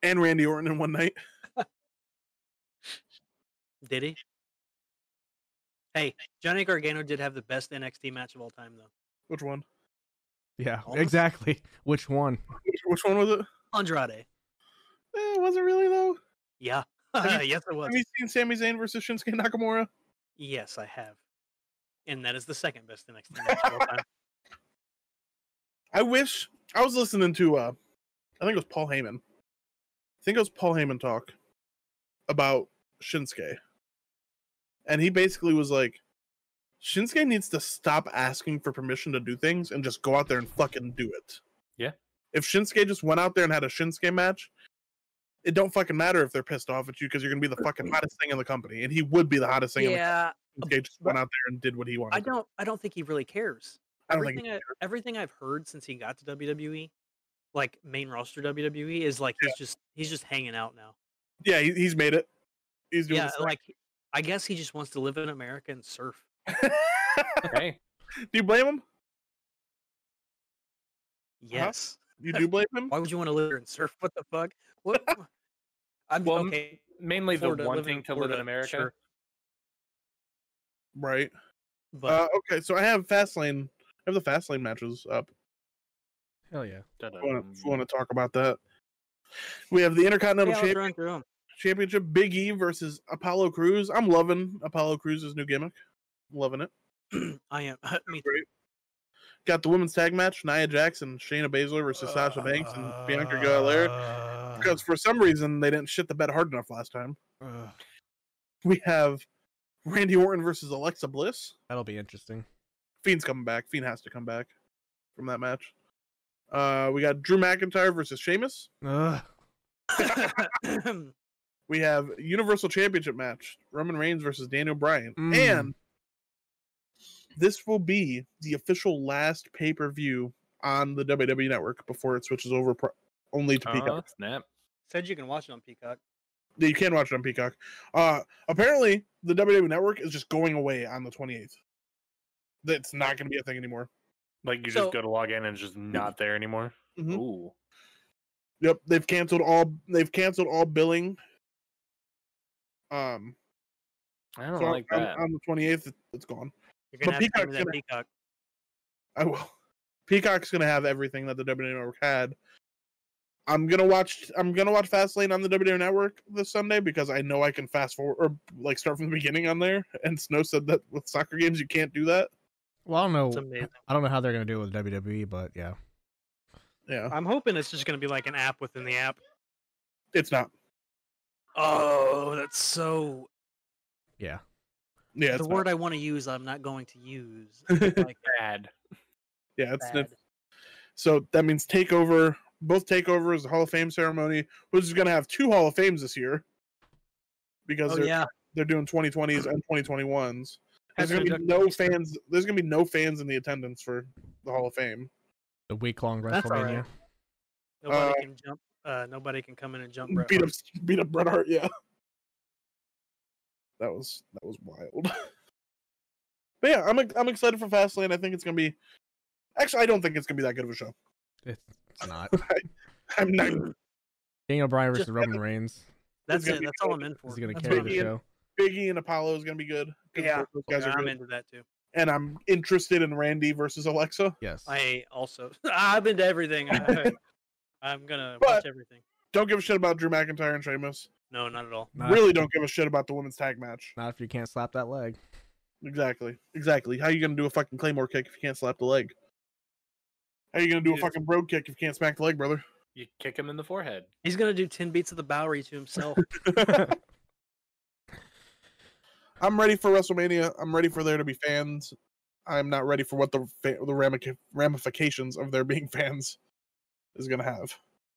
Speaker 4: and Randy Orton in one night?
Speaker 2: Did he? Hey, Johnny Gargano did have the best NXT match of all time, though.
Speaker 4: Which one?
Speaker 1: Yeah.
Speaker 2: Almost.
Speaker 1: Exactly. Which one?
Speaker 4: Which, which one was it?
Speaker 2: Andrade.
Speaker 4: Eh, was it really though?
Speaker 2: Yeah.
Speaker 4: Have
Speaker 2: yes, it was.
Speaker 4: Have you seen Sami Zayn versus Shinsuke Nakamura?
Speaker 2: Yes, I have. And that is the second best NXT match of all time.
Speaker 4: I wish I was listening to uh I think it was Paul Heyman. I think it was Paul Heyman talk about Shinsuke. And he basically was like Shinsuke needs to stop asking for permission to do things and just go out there and fucking do it.
Speaker 3: Yeah.
Speaker 4: If Shinsuke just went out there and had a Shinsuke match, it don't fucking matter if they're pissed off at you because you're gonna be the fucking hottest thing in the company, and he would be the hottest thing.
Speaker 2: Yeah,
Speaker 4: in the company. if Shinsuke just went out there and did what he wanted.
Speaker 2: I don't. I don't think he really cares.
Speaker 4: I don't think
Speaker 2: everything I, everything I've heard since he got to WWE, like main roster WWE, is like
Speaker 4: Yeah.
Speaker 2: he's just he's just hanging out now.
Speaker 4: yeah, he, he's made it. He's doing
Speaker 2: Yeah,
Speaker 4: his
Speaker 2: like I guess he just wants to live in America and surf.
Speaker 4: thing.
Speaker 3: hey,
Speaker 4: Do you blame him? Uh-huh.
Speaker 2: Yes.
Speaker 4: You do blame him?
Speaker 2: Why would you want to live here and surf? What the fuck? What? I'm
Speaker 3: Well, m-
Speaker 2: okay.
Speaker 3: mainly
Speaker 2: Florida,
Speaker 3: the one
Speaker 2: living in
Speaker 3: thing to live in
Speaker 2: Florida,
Speaker 3: America.
Speaker 2: sure,
Speaker 4: Right.
Speaker 2: but
Speaker 4: Uh, okay, so I have Fastlane. I have the Fastlane matches up.
Speaker 1: Hell yeah.
Speaker 4: If you wanna-
Speaker 3: Mm.
Speaker 4: if
Speaker 3: Um,
Speaker 4: you want to talk about that, we have the Intercontinental
Speaker 2: yeah, I was
Speaker 4: Champ-
Speaker 2: running through 'em.
Speaker 4: Championship Big E versus Apollo Cruz. I'm loving Apollo Cruz's new gimmick. Loving it.
Speaker 2: I am. Me too.
Speaker 4: Great. Got the women's tag match: Nia Jackson, Shayna Baszler versus Sasha Banks and
Speaker 2: Uh,
Speaker 4: Bianca Belair. Because for some reason they didn't shit the bed hard enough last time.
Speaker 1: Ugh,
Speaker 4: We have Randy Orton versus Alexa Bliss.
Speaker 1: that'll be interesting.
Speaker 4: Fiend's coming back. Fiend has to come back from that match. Uh, we got Drew McIntyre versus Sheamus.
Speaker 2: uh,
Speaker 1: Ugh.
Speaker 4: We have Universal Championship match: Roman Reigns versus Daniel Bryan,
Speaker 1: Mm.
Speaker 4: and this will be the official last pay per view on the WWE Network before it switches over pro- only to Peacock.
Speaker 3: Oh, snap.
Speaker 2: Said you can watch it on Peacock.
Speaker 4: You can watch it on Peacock. Uh, apparently, the WWE Network is just going away on the 28th. That's not going to be a thing anymore.
Speaker 3: Like you
Speaker 2: So-
Speaker 3: just go to log in and it's just not there anymore.
Speaker 4: Mhm.
Speaker 3: Ooh.
Speaker 4: Yep, they've canceled all. They've canceled all billing. Um,
Speaker 3: I don't
Speaker 4: so
Speaker 3: like
Speaker 4: on,
Speaker 3: that.
Speaker 4: on the 28th, it's gone.
Speaker 2: You're gonna have to
Speaker 4: But
Speaker 2: give
Speaker 4: Peacock's
Speaker 2: me that
Speaker 4: gonna-
Speaker 2: Peacock.
Speaker 4: I will. Peacock's gonna have everything that the WWE Network had. I'm gonna watch. I'm gonna watch Fastlane on the WWE Network this Sunday because I know I can fast forward or like start from the beginning on there. And Snow said that with soccer games you can't do that.
Speaker 1: Well, I don't
Speaker 4: Oh,
Speaker 2: It's
Speaker 1: know.
Speaker 2: amazing.
Speaker 1: I don't know how they're gonna do it with WWE, but yeah.
Speaker 4: Yeah,
Speaker 2: I'm hoping it's just gonna be like an app within the app.
Speaker 4: it's not.
Speaker 2: Oh, that's so
Speaker 4: Yeah, it's
Speaker 2: the
Speaker 4: not.
Speaker 2: word I want to use, I'm not going to use. Like,
Speaker 3: Bad.
Speaker 4: Yeah, it's
Speaker 2: bad.
Speaker 4: so that means Takeover. Both Takeovers, the Hall of Fame ceremony, which is gonna have two Hall of Fames this year because
Speaker 2: Oh
Speaker 4: they're,
Speaker 2: yeah,
Speaker 4: they're doing 2020s and 2021s.
Speaker 2: Has
Speaker 4: There's gonna be
Speaker 2: been
Speaker 4: no
Speaker 2: ducked for Easter.
Speaker 4: fans. There's gonna be no fans in the attendance for the Hall of Fame.
Speaker 1: The week long
Speaker 2: That's all
Speaker 1: WrestleMania.
Speaker 2: right. nobody
Speaker 4: uh,
Speaker 2: can jump. Uh, nobody can come in and jump. Bret
Speaker 4: beat up
Speaker 2: Hart.
Speaker 4: beat up Bret Hart. Yeah, that was that was wild. but yeah, I'm ex- I'm excited for Fastlane. I think it's gonna be. Actually, I don't think it's gonna be that good of a show.
Speaker 1: It's, it's not.
Speaker 4: I'm not.
Speaker 1: Daniel Bryan versus
Speaker 2: Just-
Speaker 1: Roman Reigns
Speaker 2: That's
Speaker 4: gonna
Speaker 2: it.
Speaker 4: be
Speaker 2: That's all I'm in for.
Speaker 1: is gonna
Speaker 2: That's
Speaker 1: carry
Speaker 2: what
Speaker 1: the
Speaker 2: I'm in
Speaker 1: show.
Speaker 4: Biggie and Apollo is gonna be good. 'cause
Speaker 2: Yeah.
Speaker 4: both those
Speaker 2: for.
Speaker 4: guys are
Speaker 2: I'm
Speaker 4: good.
Speaker 2: into that too.
Speaker 4: And I'm interested in Randy versus Alexa.
Speaker 1: Yes.
Speaker 2: I also I've been to everything. I, am gonna watch
Speaker 4: But-
Speaker 2: everything.
Speaker 4: Don't give a shit about Drew McIntyre and Sheamus.
Speaker 2: No, not at all.
Speaker 1: Not-
Speaker 4: Really, don't give a shit about the women's tag match.
Speaker 1: Not if you can't slap that leg.
Speaker 4: Exactly. Exactly. How you gonna do a fucking claymore kick if you can't slap the leg? How you gonna do a
Speaker 3: Dude.
Speaker 4: fucking broad kick if you can't smack the leg, brother?
Speaker 3: You kick him in the forehead.
Speaker 2: He's gonna do ten beats of the Bowery to himself.
Speaker 4: I'm ready for WrestleMania. I'm ready for there to be fans. I'm not ready for what the fa- the ramica- ramifications of there being fans is gonna have.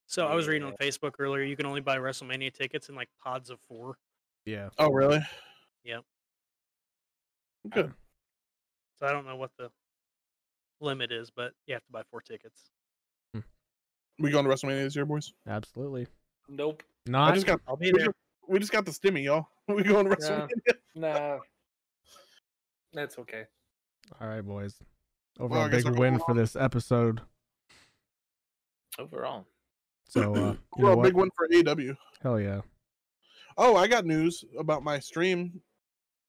Speaker 2: So I was reading on Facebook earlier. You can only buy WrestleMania tickets in like pods of four.
Speaker 1: Yeah.
Speaker 4: Oh, really?
Speaker 2: Yep.
Speaker 4: Okay.
Speaker 2: So I don't know what the limit is, but you have to buy four tickets.
Speaker 4: We going to WrestleMania this year, boys?
Speaker 1: Absolutely.
Speaker 3: Nope.
Speaker 4: I
Speaker 1: Not.
Speaker 4: just got
Speaker 2: I'll be
Speaker 4: we
Speaker 2: there.
Speaker 4: just, we just got the stimmy, y'all. We going to
Speaker 3: Yeah.
Speaker 4: WrestleMania?
Speaker 3: Nah. That's okay.
Speaker 1: All right, boys. Overall,
Speaker 4: I guess
Speaker 1: big
Speaker 4: we're
Speaker 1: win
Speaker 4: going
Speaker 1: for this episode.
Speaker 3: Overall.
Speaker 1: So, uh, you know
Speaker 4: well,
Speaker 1: what?
Speaker 4: big one for E AW.
Speaker 1: Hell yeah.
Speaker 4: Oh, I got news about my stream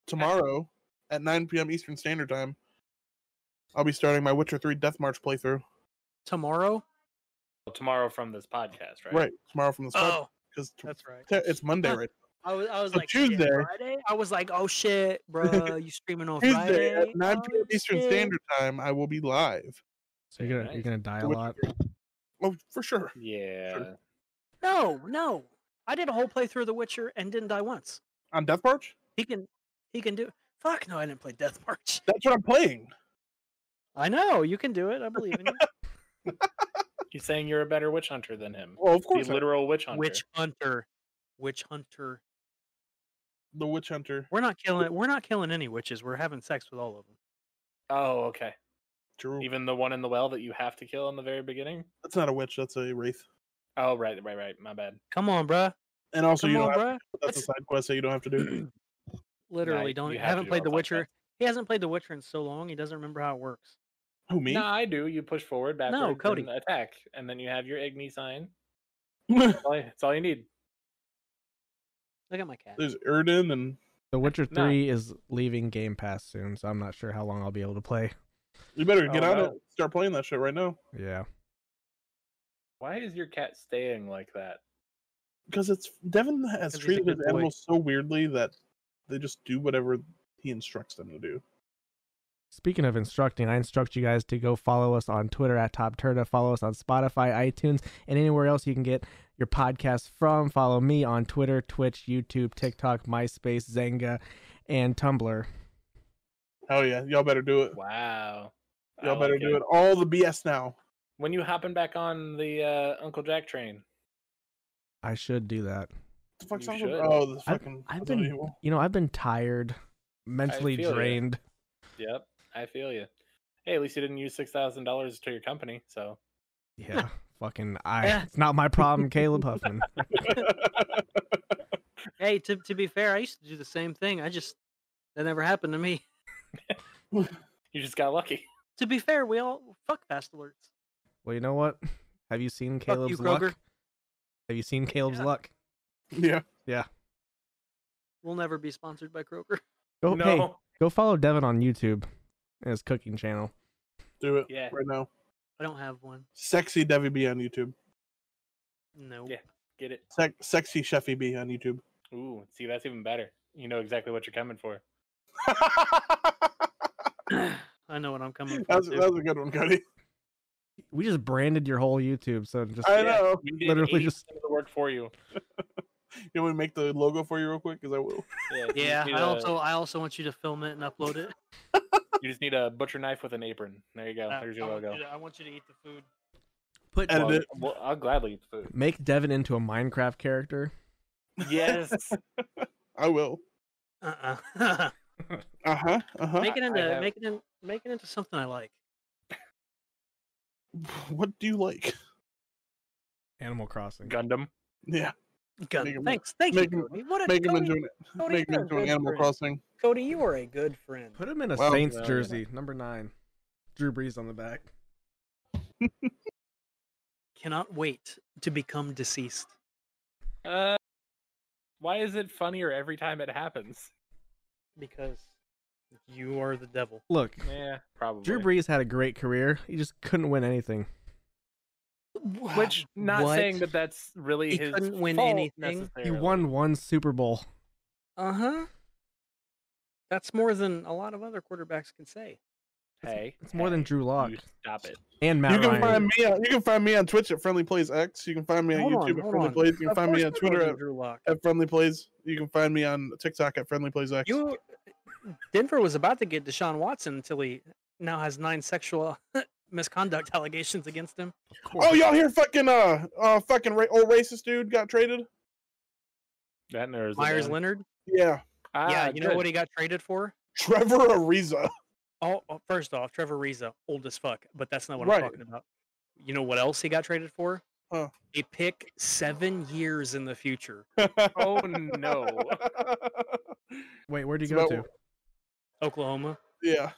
Speaker 4: tomorrow at 9 p.m. Eastern Standard Time. I'll be starting my Witcher 3 Death March playthrough.
Speaker 2: Tomorrow?
Speaker 3: Tomorrow from this podcast, right?
Speaker 4: Right, tomorrow from the
Speaker 2: Oh,
Speaker 4: because
Speaker 2: that's right.
Speaker 4: it's Monday,
Speaker 2: Huh.
Speaker 4: right?
Speaker 2: I was, I was
Speaker 4: So
Speaker 2: like shit,
Speaker 4: Tuesday-
Speaker 2: Friday? I was like, oh shit, bro, you streaming on
Speaker 4: Tuesday
Speaker 2: Friday?
Speaker 4: at 9
Speaker 2: Oh,
Speaker 4: p.m. Eastern
Speaker 2: shit."
Speaker 4: Standard Time, I will be live.
Speaker 1: So you're gonna
Speaker 3: Nice.
Speaker 1: you're gonna die a
Speaker 4: Which-
Speaker 1: lot.
Speaker 4: Oh, for sure.
Speaker 3: Yeah.
Speaker 2: No, no, I did a whole playthrough of The Witcher and didn't die once.
Speaker 4: On Death March?
Speaker 2: He can, he can do. Fuck no, I didn't play Death March.
Speaker 4: That's what I'm playing.
Speaker 2: I know you can do it. I believe in you.
Speaker 3: He's saying you're a better witch hunter than him.
Speaker 4: Well, of course.
Speaker 3: the
Speaker 4: I-
Speaker 3: literal witch hunter.
Speaker 2: Witch Hunter, Witch Hunter.
Speaker 4: the Witch Hunter.
Speaker 2: We're not killing. We're not killing any witches. We're having sex with all of them.
Speaker 3: Oh, okay.
Speaker 4: Drew.
Speaker 3: Even the one in the well that you have to kill in the very beginning?
Speaker 4: That's not a witch. That's a wraith.
Speaker 3: Oh, right, right, right. My bad.
Speaker 2: Come on, bruh.
Speaker 4: And also,
Speaker 2: Come
Speaker 4: you don't
Speaker 2: on,
Speaker 4: have,
Speaker 2: bruh.
Speaker 4: that's a
Speaker 2: That's-
Speaker 4: side quest that you don't have to do.
Speaker 2: Literally,
Speaker 3: you-
Speaker 2: don't.
Speaker 3: you have to
Speaker 2: haven't
Speaker 3: do
Speaker 2: played
Speaker 3: all
Speaker 2: The
Speaker 3: five
Speaker 2: Witcher.
Speaker 3: quests.
Speaker 2: He hasn't played The Witcher in so long. He doesn't remember how it works.
Speaker 4: Who me?
Speaker 3: No, I do. You push forward, backwards,
Speaker 2: Cody.
Speaker 3: and attack, and then you have your Igni sign. That's all you, that's all you need.
Speaker 2: Look at my cat.
Speaker 4: There's Erden and
Speaker 1: The Witcher
Speaker 3: Nah.
Speaker 1: Three is leaving Game Pass soon, so I'm not sure how long I'll be able to play.
Speaker 4: you better get
Speaker 3: Oh,
Speaker 4: on
Speaker 3: no.
Speaker 4: it. Start playing that shit right now
Speaker 1: Yeah.
Speaker 3: Why is your cat staying like that?
Speaker 4: because it's Devin has
Speaker 2: 'Cause he's a
Speaker 4: treated
Speaker 2: good
Speaker 4: his
Speaker 2: boy.
Speaker 4: animals so weirdly that they just do whatever he instructs them to do.
Speaker 1: Speaking of instructing, I instruct you guys to go follow us on Twitter at Top Turda, follow us on Spotify, iTunes, and anywhere else you can get your podcast from. Follow me on Twitter, Twitch, YouTube, TikTok, MySpace, Zanga, and Tumblr.
Speaker 4: Hell yeah, y'all better do it.
Speaker 3: Wow. I
Speaker 4: Y'all better
Speaker 3: like
Speaker 4: do it. All the BS now.
Speaker 3: When you hopping back on the uh, Uncle Jack train?
Speaker 1: I should do that.
Speaker 4: The fuck's
Speaker 3: You
Speaker 4: wrong
Speaker 3: should.
Speaker 4: with Oh, the
Speaker 1: I've-
Speaker 4: fucking.
Speaker 1: I've
Speaker 4: I don't
Speaker 1: been-
Speaker 4: know.
Speaker 1: You know, I've been tired, mentally
Speaker 3: feel ya.
Speaker 1: drained.
Speaker 3: Yep, I feel you. Hey, at least you didn't use six thousand dollars to your company. So
Speaker 1: Yeah, fucking I. It's not my problem, Caleb Huffman.
Speaker 2: Hey, to to be fair, I used to do the same thing. I just that never happened to me.
Speaker 3: you just got lucky.
Speaker 2: To be fair, we all fuck fast alerts.
Speaker 1: Well, you know what? Have you seen
Speaker 2: you,
Speaker 1: Caleb's luck?
Speaker 2: Kroger.
Speaker 1: Have you seen Caleb's
Speaker 2: Yeah.
Speaker 1: luck?
Speaker 4: Yeah.
Speaker 2: We'll never be sponsored by Kroger.
Speaker 1: Go
Speaker 3: no.
Speaker 1: hey, go follow Devin on YouTube, and his cooking channel.
Speaker 4: Do it
Speaker 3: Yeah.
Speaker 4: right now.
Speaker 2: I don't have one.
Speaker 4: Sexy Debbie B on YouTube.
Speaker 2: No.
Speaker 3: Yeah. Get it.
Speaker 4: Sex sexy Chefy B on YouTube.
Speaker 3: Ooh, see that's even better. You know exactly what you're coming for.
Speaker 2: I know what I'm coming for.
Speaker 4: that's,
Speaker 2: too.
Speaker 4: that's a good one, Cody.
Speaker 1: We just branded your whole YouTube, so just
Speaker 4: I
Speaker 3: Yeah.
Speaker 4: know.
Speaker 3: We did
Speaker 1: Literally
Speaker 3: 80%
Speaker 1: just-
Speaker 3: of the work for you.
Speaker 4: You want me to make the logo for you real quick? Because I will.
Speaker 3: Yeah. you uh just
Speaker 2: Yeah,
Speaker 3: need
Speaker 2: I
Speaker 3: a-
Speaker 2: also I also want you to film it and upload it.
Speaker 3: You just need a butcher knife with an apron. There you go.
Speaker 2: Uh,
Speaker 3: Oh, There's your
Speaker 2: I want
Speaker 3: logo.
Speaker 2: you to- I want you to eat the food.
Speaker 1: put
Speaker 4: edit
Speaker 3: Well,
Speaker 4: it.
Speaker 3: well, I'll gladly eat the food.
Speaker 1: make Devin into a Minecraft character.
Speaker 3: Yes.
Speaker 4: I will.
Speaker 2: Uh uh
Speaker 4: Uh huh. Uh huh.
Speaker 2: make it
Speaker 3: I
Speaker 2: into
Speaker 3: have-
Speaker 2: make it in, make it into something I like.
Speaker 4: What do you like?
Speaker 1: Animal Crossing.
Speaker 3: Gundam.
Speaker 4: Yeah.
Speaker 2: Gun.
Speaker 4: Make 'em-
Speaker 2: Thanks, thank
Speaker 4: make 'em-
Speaker 2: you. Cody. What a
Speaker 4: Make him
Speaker 2: Cody,
Speaker 4: into an,
Speaker 2: Cody,
Speaker 4: make
Speaker 2: you're
Speaker 4: him
Speaker 2: a
Speaker 4: into an
Speaker 2: good
Speaker 4: Animal
Speaker 2: friend.
Speaker 4: Crossing.
Speaker 2: Cody, you are a good friend.
Speaker 1: Put him in a
Speaker 4: Well,
Speaker 1: Saints
Speaker 3: well, you know.
Speaker 1: jersey, number nine. Drew Brees on the back.
Speaker 2: Cannot wait to become deceased.
Speaker 3: Uh, why is it funnier every time it happens?
Speaker 2: because you are the devil.
Speaker 1: Look,
Speaker 3: Yeah, probably.
Speaker 1: Drew Brees had a great career. He just couldn't win anything.
Speaker 3: Which, not
Speaker 2: What?
Speaker 3: saying that that's really
Speaker 2: He
Speaker 3: his
Speaker 2: couldn't win
Speaker 3: fault
Speaker 2: anything. He
Speaker 1: He
Speaker 3: necessarily.
Speaker 1: won one Super Bowl.
Speaker 2: Uh huh. That's more than a lot of other quarterbacks can say.
Speaker 3: Hey,
Speaker 1: It's more than
Speaker 3: hey,
Speaker 1: Drew Lock
Speaker 3: you Stop it.
Speaker 1: and Matt
Speaker 4: you can
Speaker 1: Ryan.
Speaker 4: find me. On, you can find me on Twitch at Friendly Plays X. You can find me on
Speaker 2: Hold on,
Speaker 4: YouTube at
Speaker 2: hold
Speaker 4: Friendly
Speaker 2: on.
Speaker 4: Plays. You can
Speaker 2: Of
Speaker 4: find me
Speaker 2: course
Speaker 4: on
Speaker 2: I know
Speaker 4: Twitter
Speaker 2: you,
Speaker 4: at,
Speaker 2: Drew Lock.
Speaker 4: at Friendly Plays. You can find me on TikTok at Friendly Plays X.
Speaker 2: You, Denver was about to get Deshaun Watson until he now has nine sexual misconduct allegations against him.
Speaker 4: oh, y'all hear fucking uh uh fucking ra- old racist dude got traded?
Speaker 3: That narrows
Speaker 2: Myers Leonard.
Speaker 4: Yeah,
Speaker 3: Ah,
Speaker 2: yeah, you know
Speaker 3: good.
Speaker 2: what he got traded for?
Speaker 4: Trevor Ariza.
Speaker 2: Oh, oh, first off, Trevor Reza, old as fuck, but that's not what
Speaker 4: Right.
Speaker 2: I'm talking about. You know what else he got traded for?
Speaker 4: Huh.
Speaker 2: A pick seven years in the future.
Speaker 3: Oh no.
Speaker 1: Wait, where'd he
Speaker 4: It's
Speaker 1: go
Speaker 4: about-
Speaker 1: to?
Speaker 2: Oklahoma.
Speaker 4: yeah.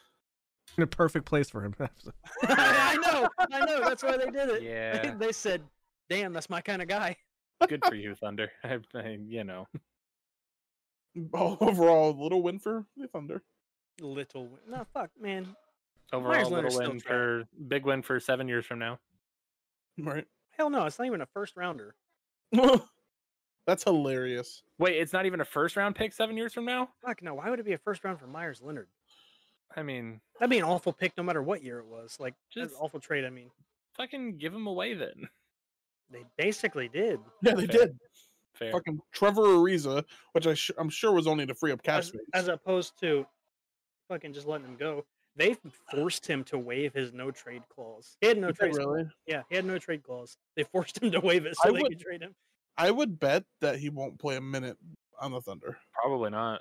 Speaker 1: A perfect place for him.
Speaker 2: I know, I know. That's why they did it. They,
Speaker 3: Yeah,
Speaker 2: they said, "Damn, that's my kind of guy."
Speaker 3: good for you, Thunder. I, I, you know,
Speaker 4: Oh, Overall, little win for the Thunder.
Speaker 2: Little, wi- no fuck, man.
Speaker 3: overall
Speaker 2: Leonard's
Speaker 3: little
Speaker 2: still
Speaker 3: win
Speaker 2: trash.
Speaker 3: for big win for seven years from now.
Speaker 4: Right.
Speaker 2: Hell no, it's not even a first rounder.
Speaker 4: That's hilarious.
Speaker 3: Wait, it's not even a first round pick seven years from now.
Speaker 2: Fuck no, why would it be a first round for Myers Leonard?
Speaker 3: I mean,
Speaker 2: That'd be an awful pick, no matter what year it was. Like, that's an
Speaker 3: Just-
Speaker 2: awful trade. I mean,
Speaker 3: fucking give him away then.
Speaker 2: they basically did.
Speaker 4: Yeah, they
Speaker 3: Fair.
Speaker 4: did.
Speaker 3: Fair.
Speaker 4: Fucking Trevor Ariza, which I sh- I'm sure was only to free up cap
Speaker 2: as,
Speaker 4: space.
Speaker 2: as opposed to fucking just letting him go. They forced him to waive his no trade clause. He had no
Speaker 4: Did they
Speaker 2: trade.
Speaker 4: really?
Speaker 2: Yeah, he had no trade clause. They forced him to waive it
Speaker 4: I
Speaker 2: so they
Speaker 4: would-
Speaker 2: could trade him.
Speaker 4: I would bet that he won't play a minute on the Thunder.
Speaker 3: Probably not.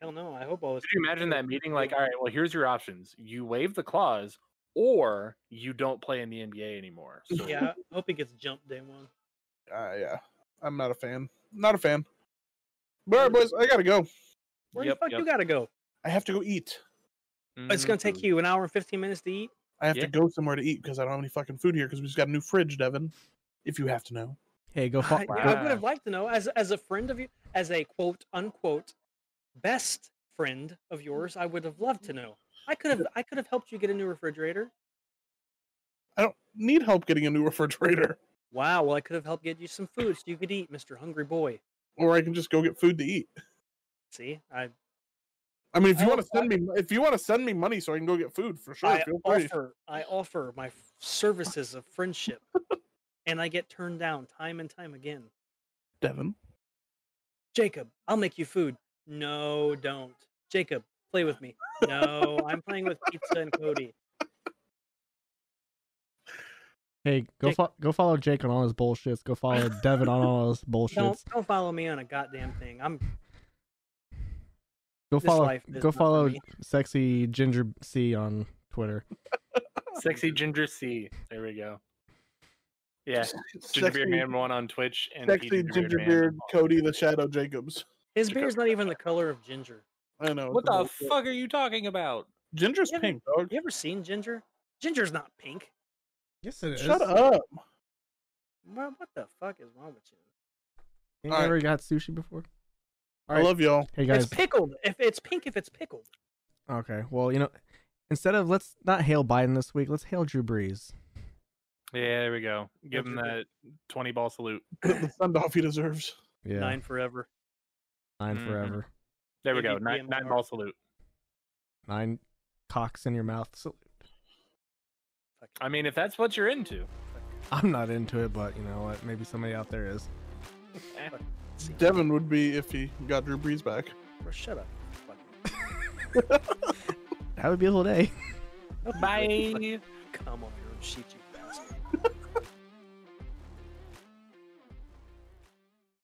Speaker 2: Hell no, I hope all this.
Speaker 3: Could you imagine that meeting? Like, all right, well, here's your options: you waive the clause, or you don't play in the NBA anymore. So
Speaker 2: Yeah, I hope he gets jumped day one.
Speaker 4: Uh, yeah, I'm not a fan. Not a fan. But all right, boys, I gotta go.
Speaker 2: Where
Speaker 3: Yep,
Speaker 2: the fuck
Speaker 3: yep.
Speaker 2: you gotta go?
Speaker 4: I have to go eat.
Speaker 2: It's gonna take
Speaker 3: mhm.
Speaker 2: you an hour and fifteen minutes to eat.
Speaker 4: I have
Speaker 3: Yeah.
Speaker 4: to go somewhere to eat because I don't have any fucking food here because we just got a new fridge, Devin. If you have to know.
Speaker 1: hey, go fo-
Speaker 2: I,
Speaker 1: go,
Speaker 2: would have liked to know, as as a friend of you, as a quote unquote best friend of yours, I would have loved to know. I could have I could have helped you get a new refrigerator.
Speaker 4: I don't need help getting a new refrigerator,
Speaker 2: Wow, well I could have helped get you some food so you could eat, Mr. Hungry Boy.
Speaker 4: or I can just go get food to eat.
Speaker 2: See, I
Speaker 4: I mean, if
Speaker 2: I
Speaker 3: Oh,
Speaker 4: you want to
Speaker 2: don't-
Speaker 4: send me, if you want to send me money so I can go get food for sure,
Speaker 2: I
Speaker 4: feel free.
Speaker 2: offer, I offer my f- services of friendship, and I get turned down time and time again.
Speaker 4: Devin,
Speaker 2: Jacob, I'll make you food. No, don't. Jacob, play with me. No, I'm playing with pizza and Cody.
Speaker 1: Hey, go
Speaker 2: Jake-
Speaker 1: fo- go follow Jake on all his bullshits. Go follow Devin on all his
Speaker 2: Don't
Speaker 1: bullshits.
Speaker 2: don't follow me on a goddamn thing. I'm
Speaker 1: Go
Speaker 2: This
Speaker 1: follow
Speaker 2: life is
Speaker 1: go
Speaker 2: not for
Speaker 1: follow
Speaker 2: me.
Speaker 1: sexy ginger C on Twitter.
Speaker 3: Sexy Ginger C. There we go. Yeah, Ginger
Speaker 4: sexy,
Speaker 3: Beard Man one on Twitch and P.
Speaker 4: sexy
Speaker 3: Ginger
Speaker 4: ginger
Speaker 3: Man.
Speaker 4: beard Cody the Shadow Jacobs.
Speaker 2: his beard's not even the color of ginger.
Speaker 4: I know.
Speaker 3: What
Speaker 4: it's
Speaker 3: the
Speaker 4: a bullshit.
Speaker 3: fuck are you talking about?
Speaker 4: Ginger's
Speaker 2: Yeah, but-
Speaker 4: pink, dog.
Speaker 2: You ever seen ginger? Ginger's not pink.
Speaker 1: Yes, it
Speaker 4: Shut up.
Speaker 2: Wha- What the fuck is wrong with you?
Speaker 1: You
Speaker 4: All right.
Speaker 1: never got sushi before. All
Speaker 4: I
Speaker 1: right.
Speaker 4: love y'all.
Speaker 1: Hey guys.
Speaker 2: It's pickled. If it's pink, if it's pickled.
Speaker 1: okay. Well, you know, instead of let's not hail Biden this week, let's hail Drew Brees.
Speaker 3: Yeah, there we go. Give him
Speaker 2: Ginger
Speaker 3: that twenty ball salute.
Speaker 4: The send off he deserves.
Speaker 1: Yeah.
Speaker 2: Nine forever.
Speaker 1: Nine
Speaker 4: Mm-hmm.
Speaker 3: Mhm.
Speaker 1: forever.
Speaker 3: There we go.
Speaker 2: MVP
Speaker 3: Nine,
Speaker 2: and
Speaker 3: nine
Speaker 2: Lamar.
Speaker 3: ball salute.
Speaker 1: Nine cocks in your mouth. So
Speaker 2: Fuck
Speaker 3: I mean, if that's what you're into,
Speaker 1: I'm not into it, but you know what? Maybe somebody out there is.
Speaker 2: See,
Speaker 4: Devin would be if he got Drew Brees back.
Speaker 2: bro, shut up. Fuck.
Speaker 1: Have a beautiful day.
Speaker 2: Nobody
Speaker 3: bye.
Speaker 2: really fucking Come on your own shit, you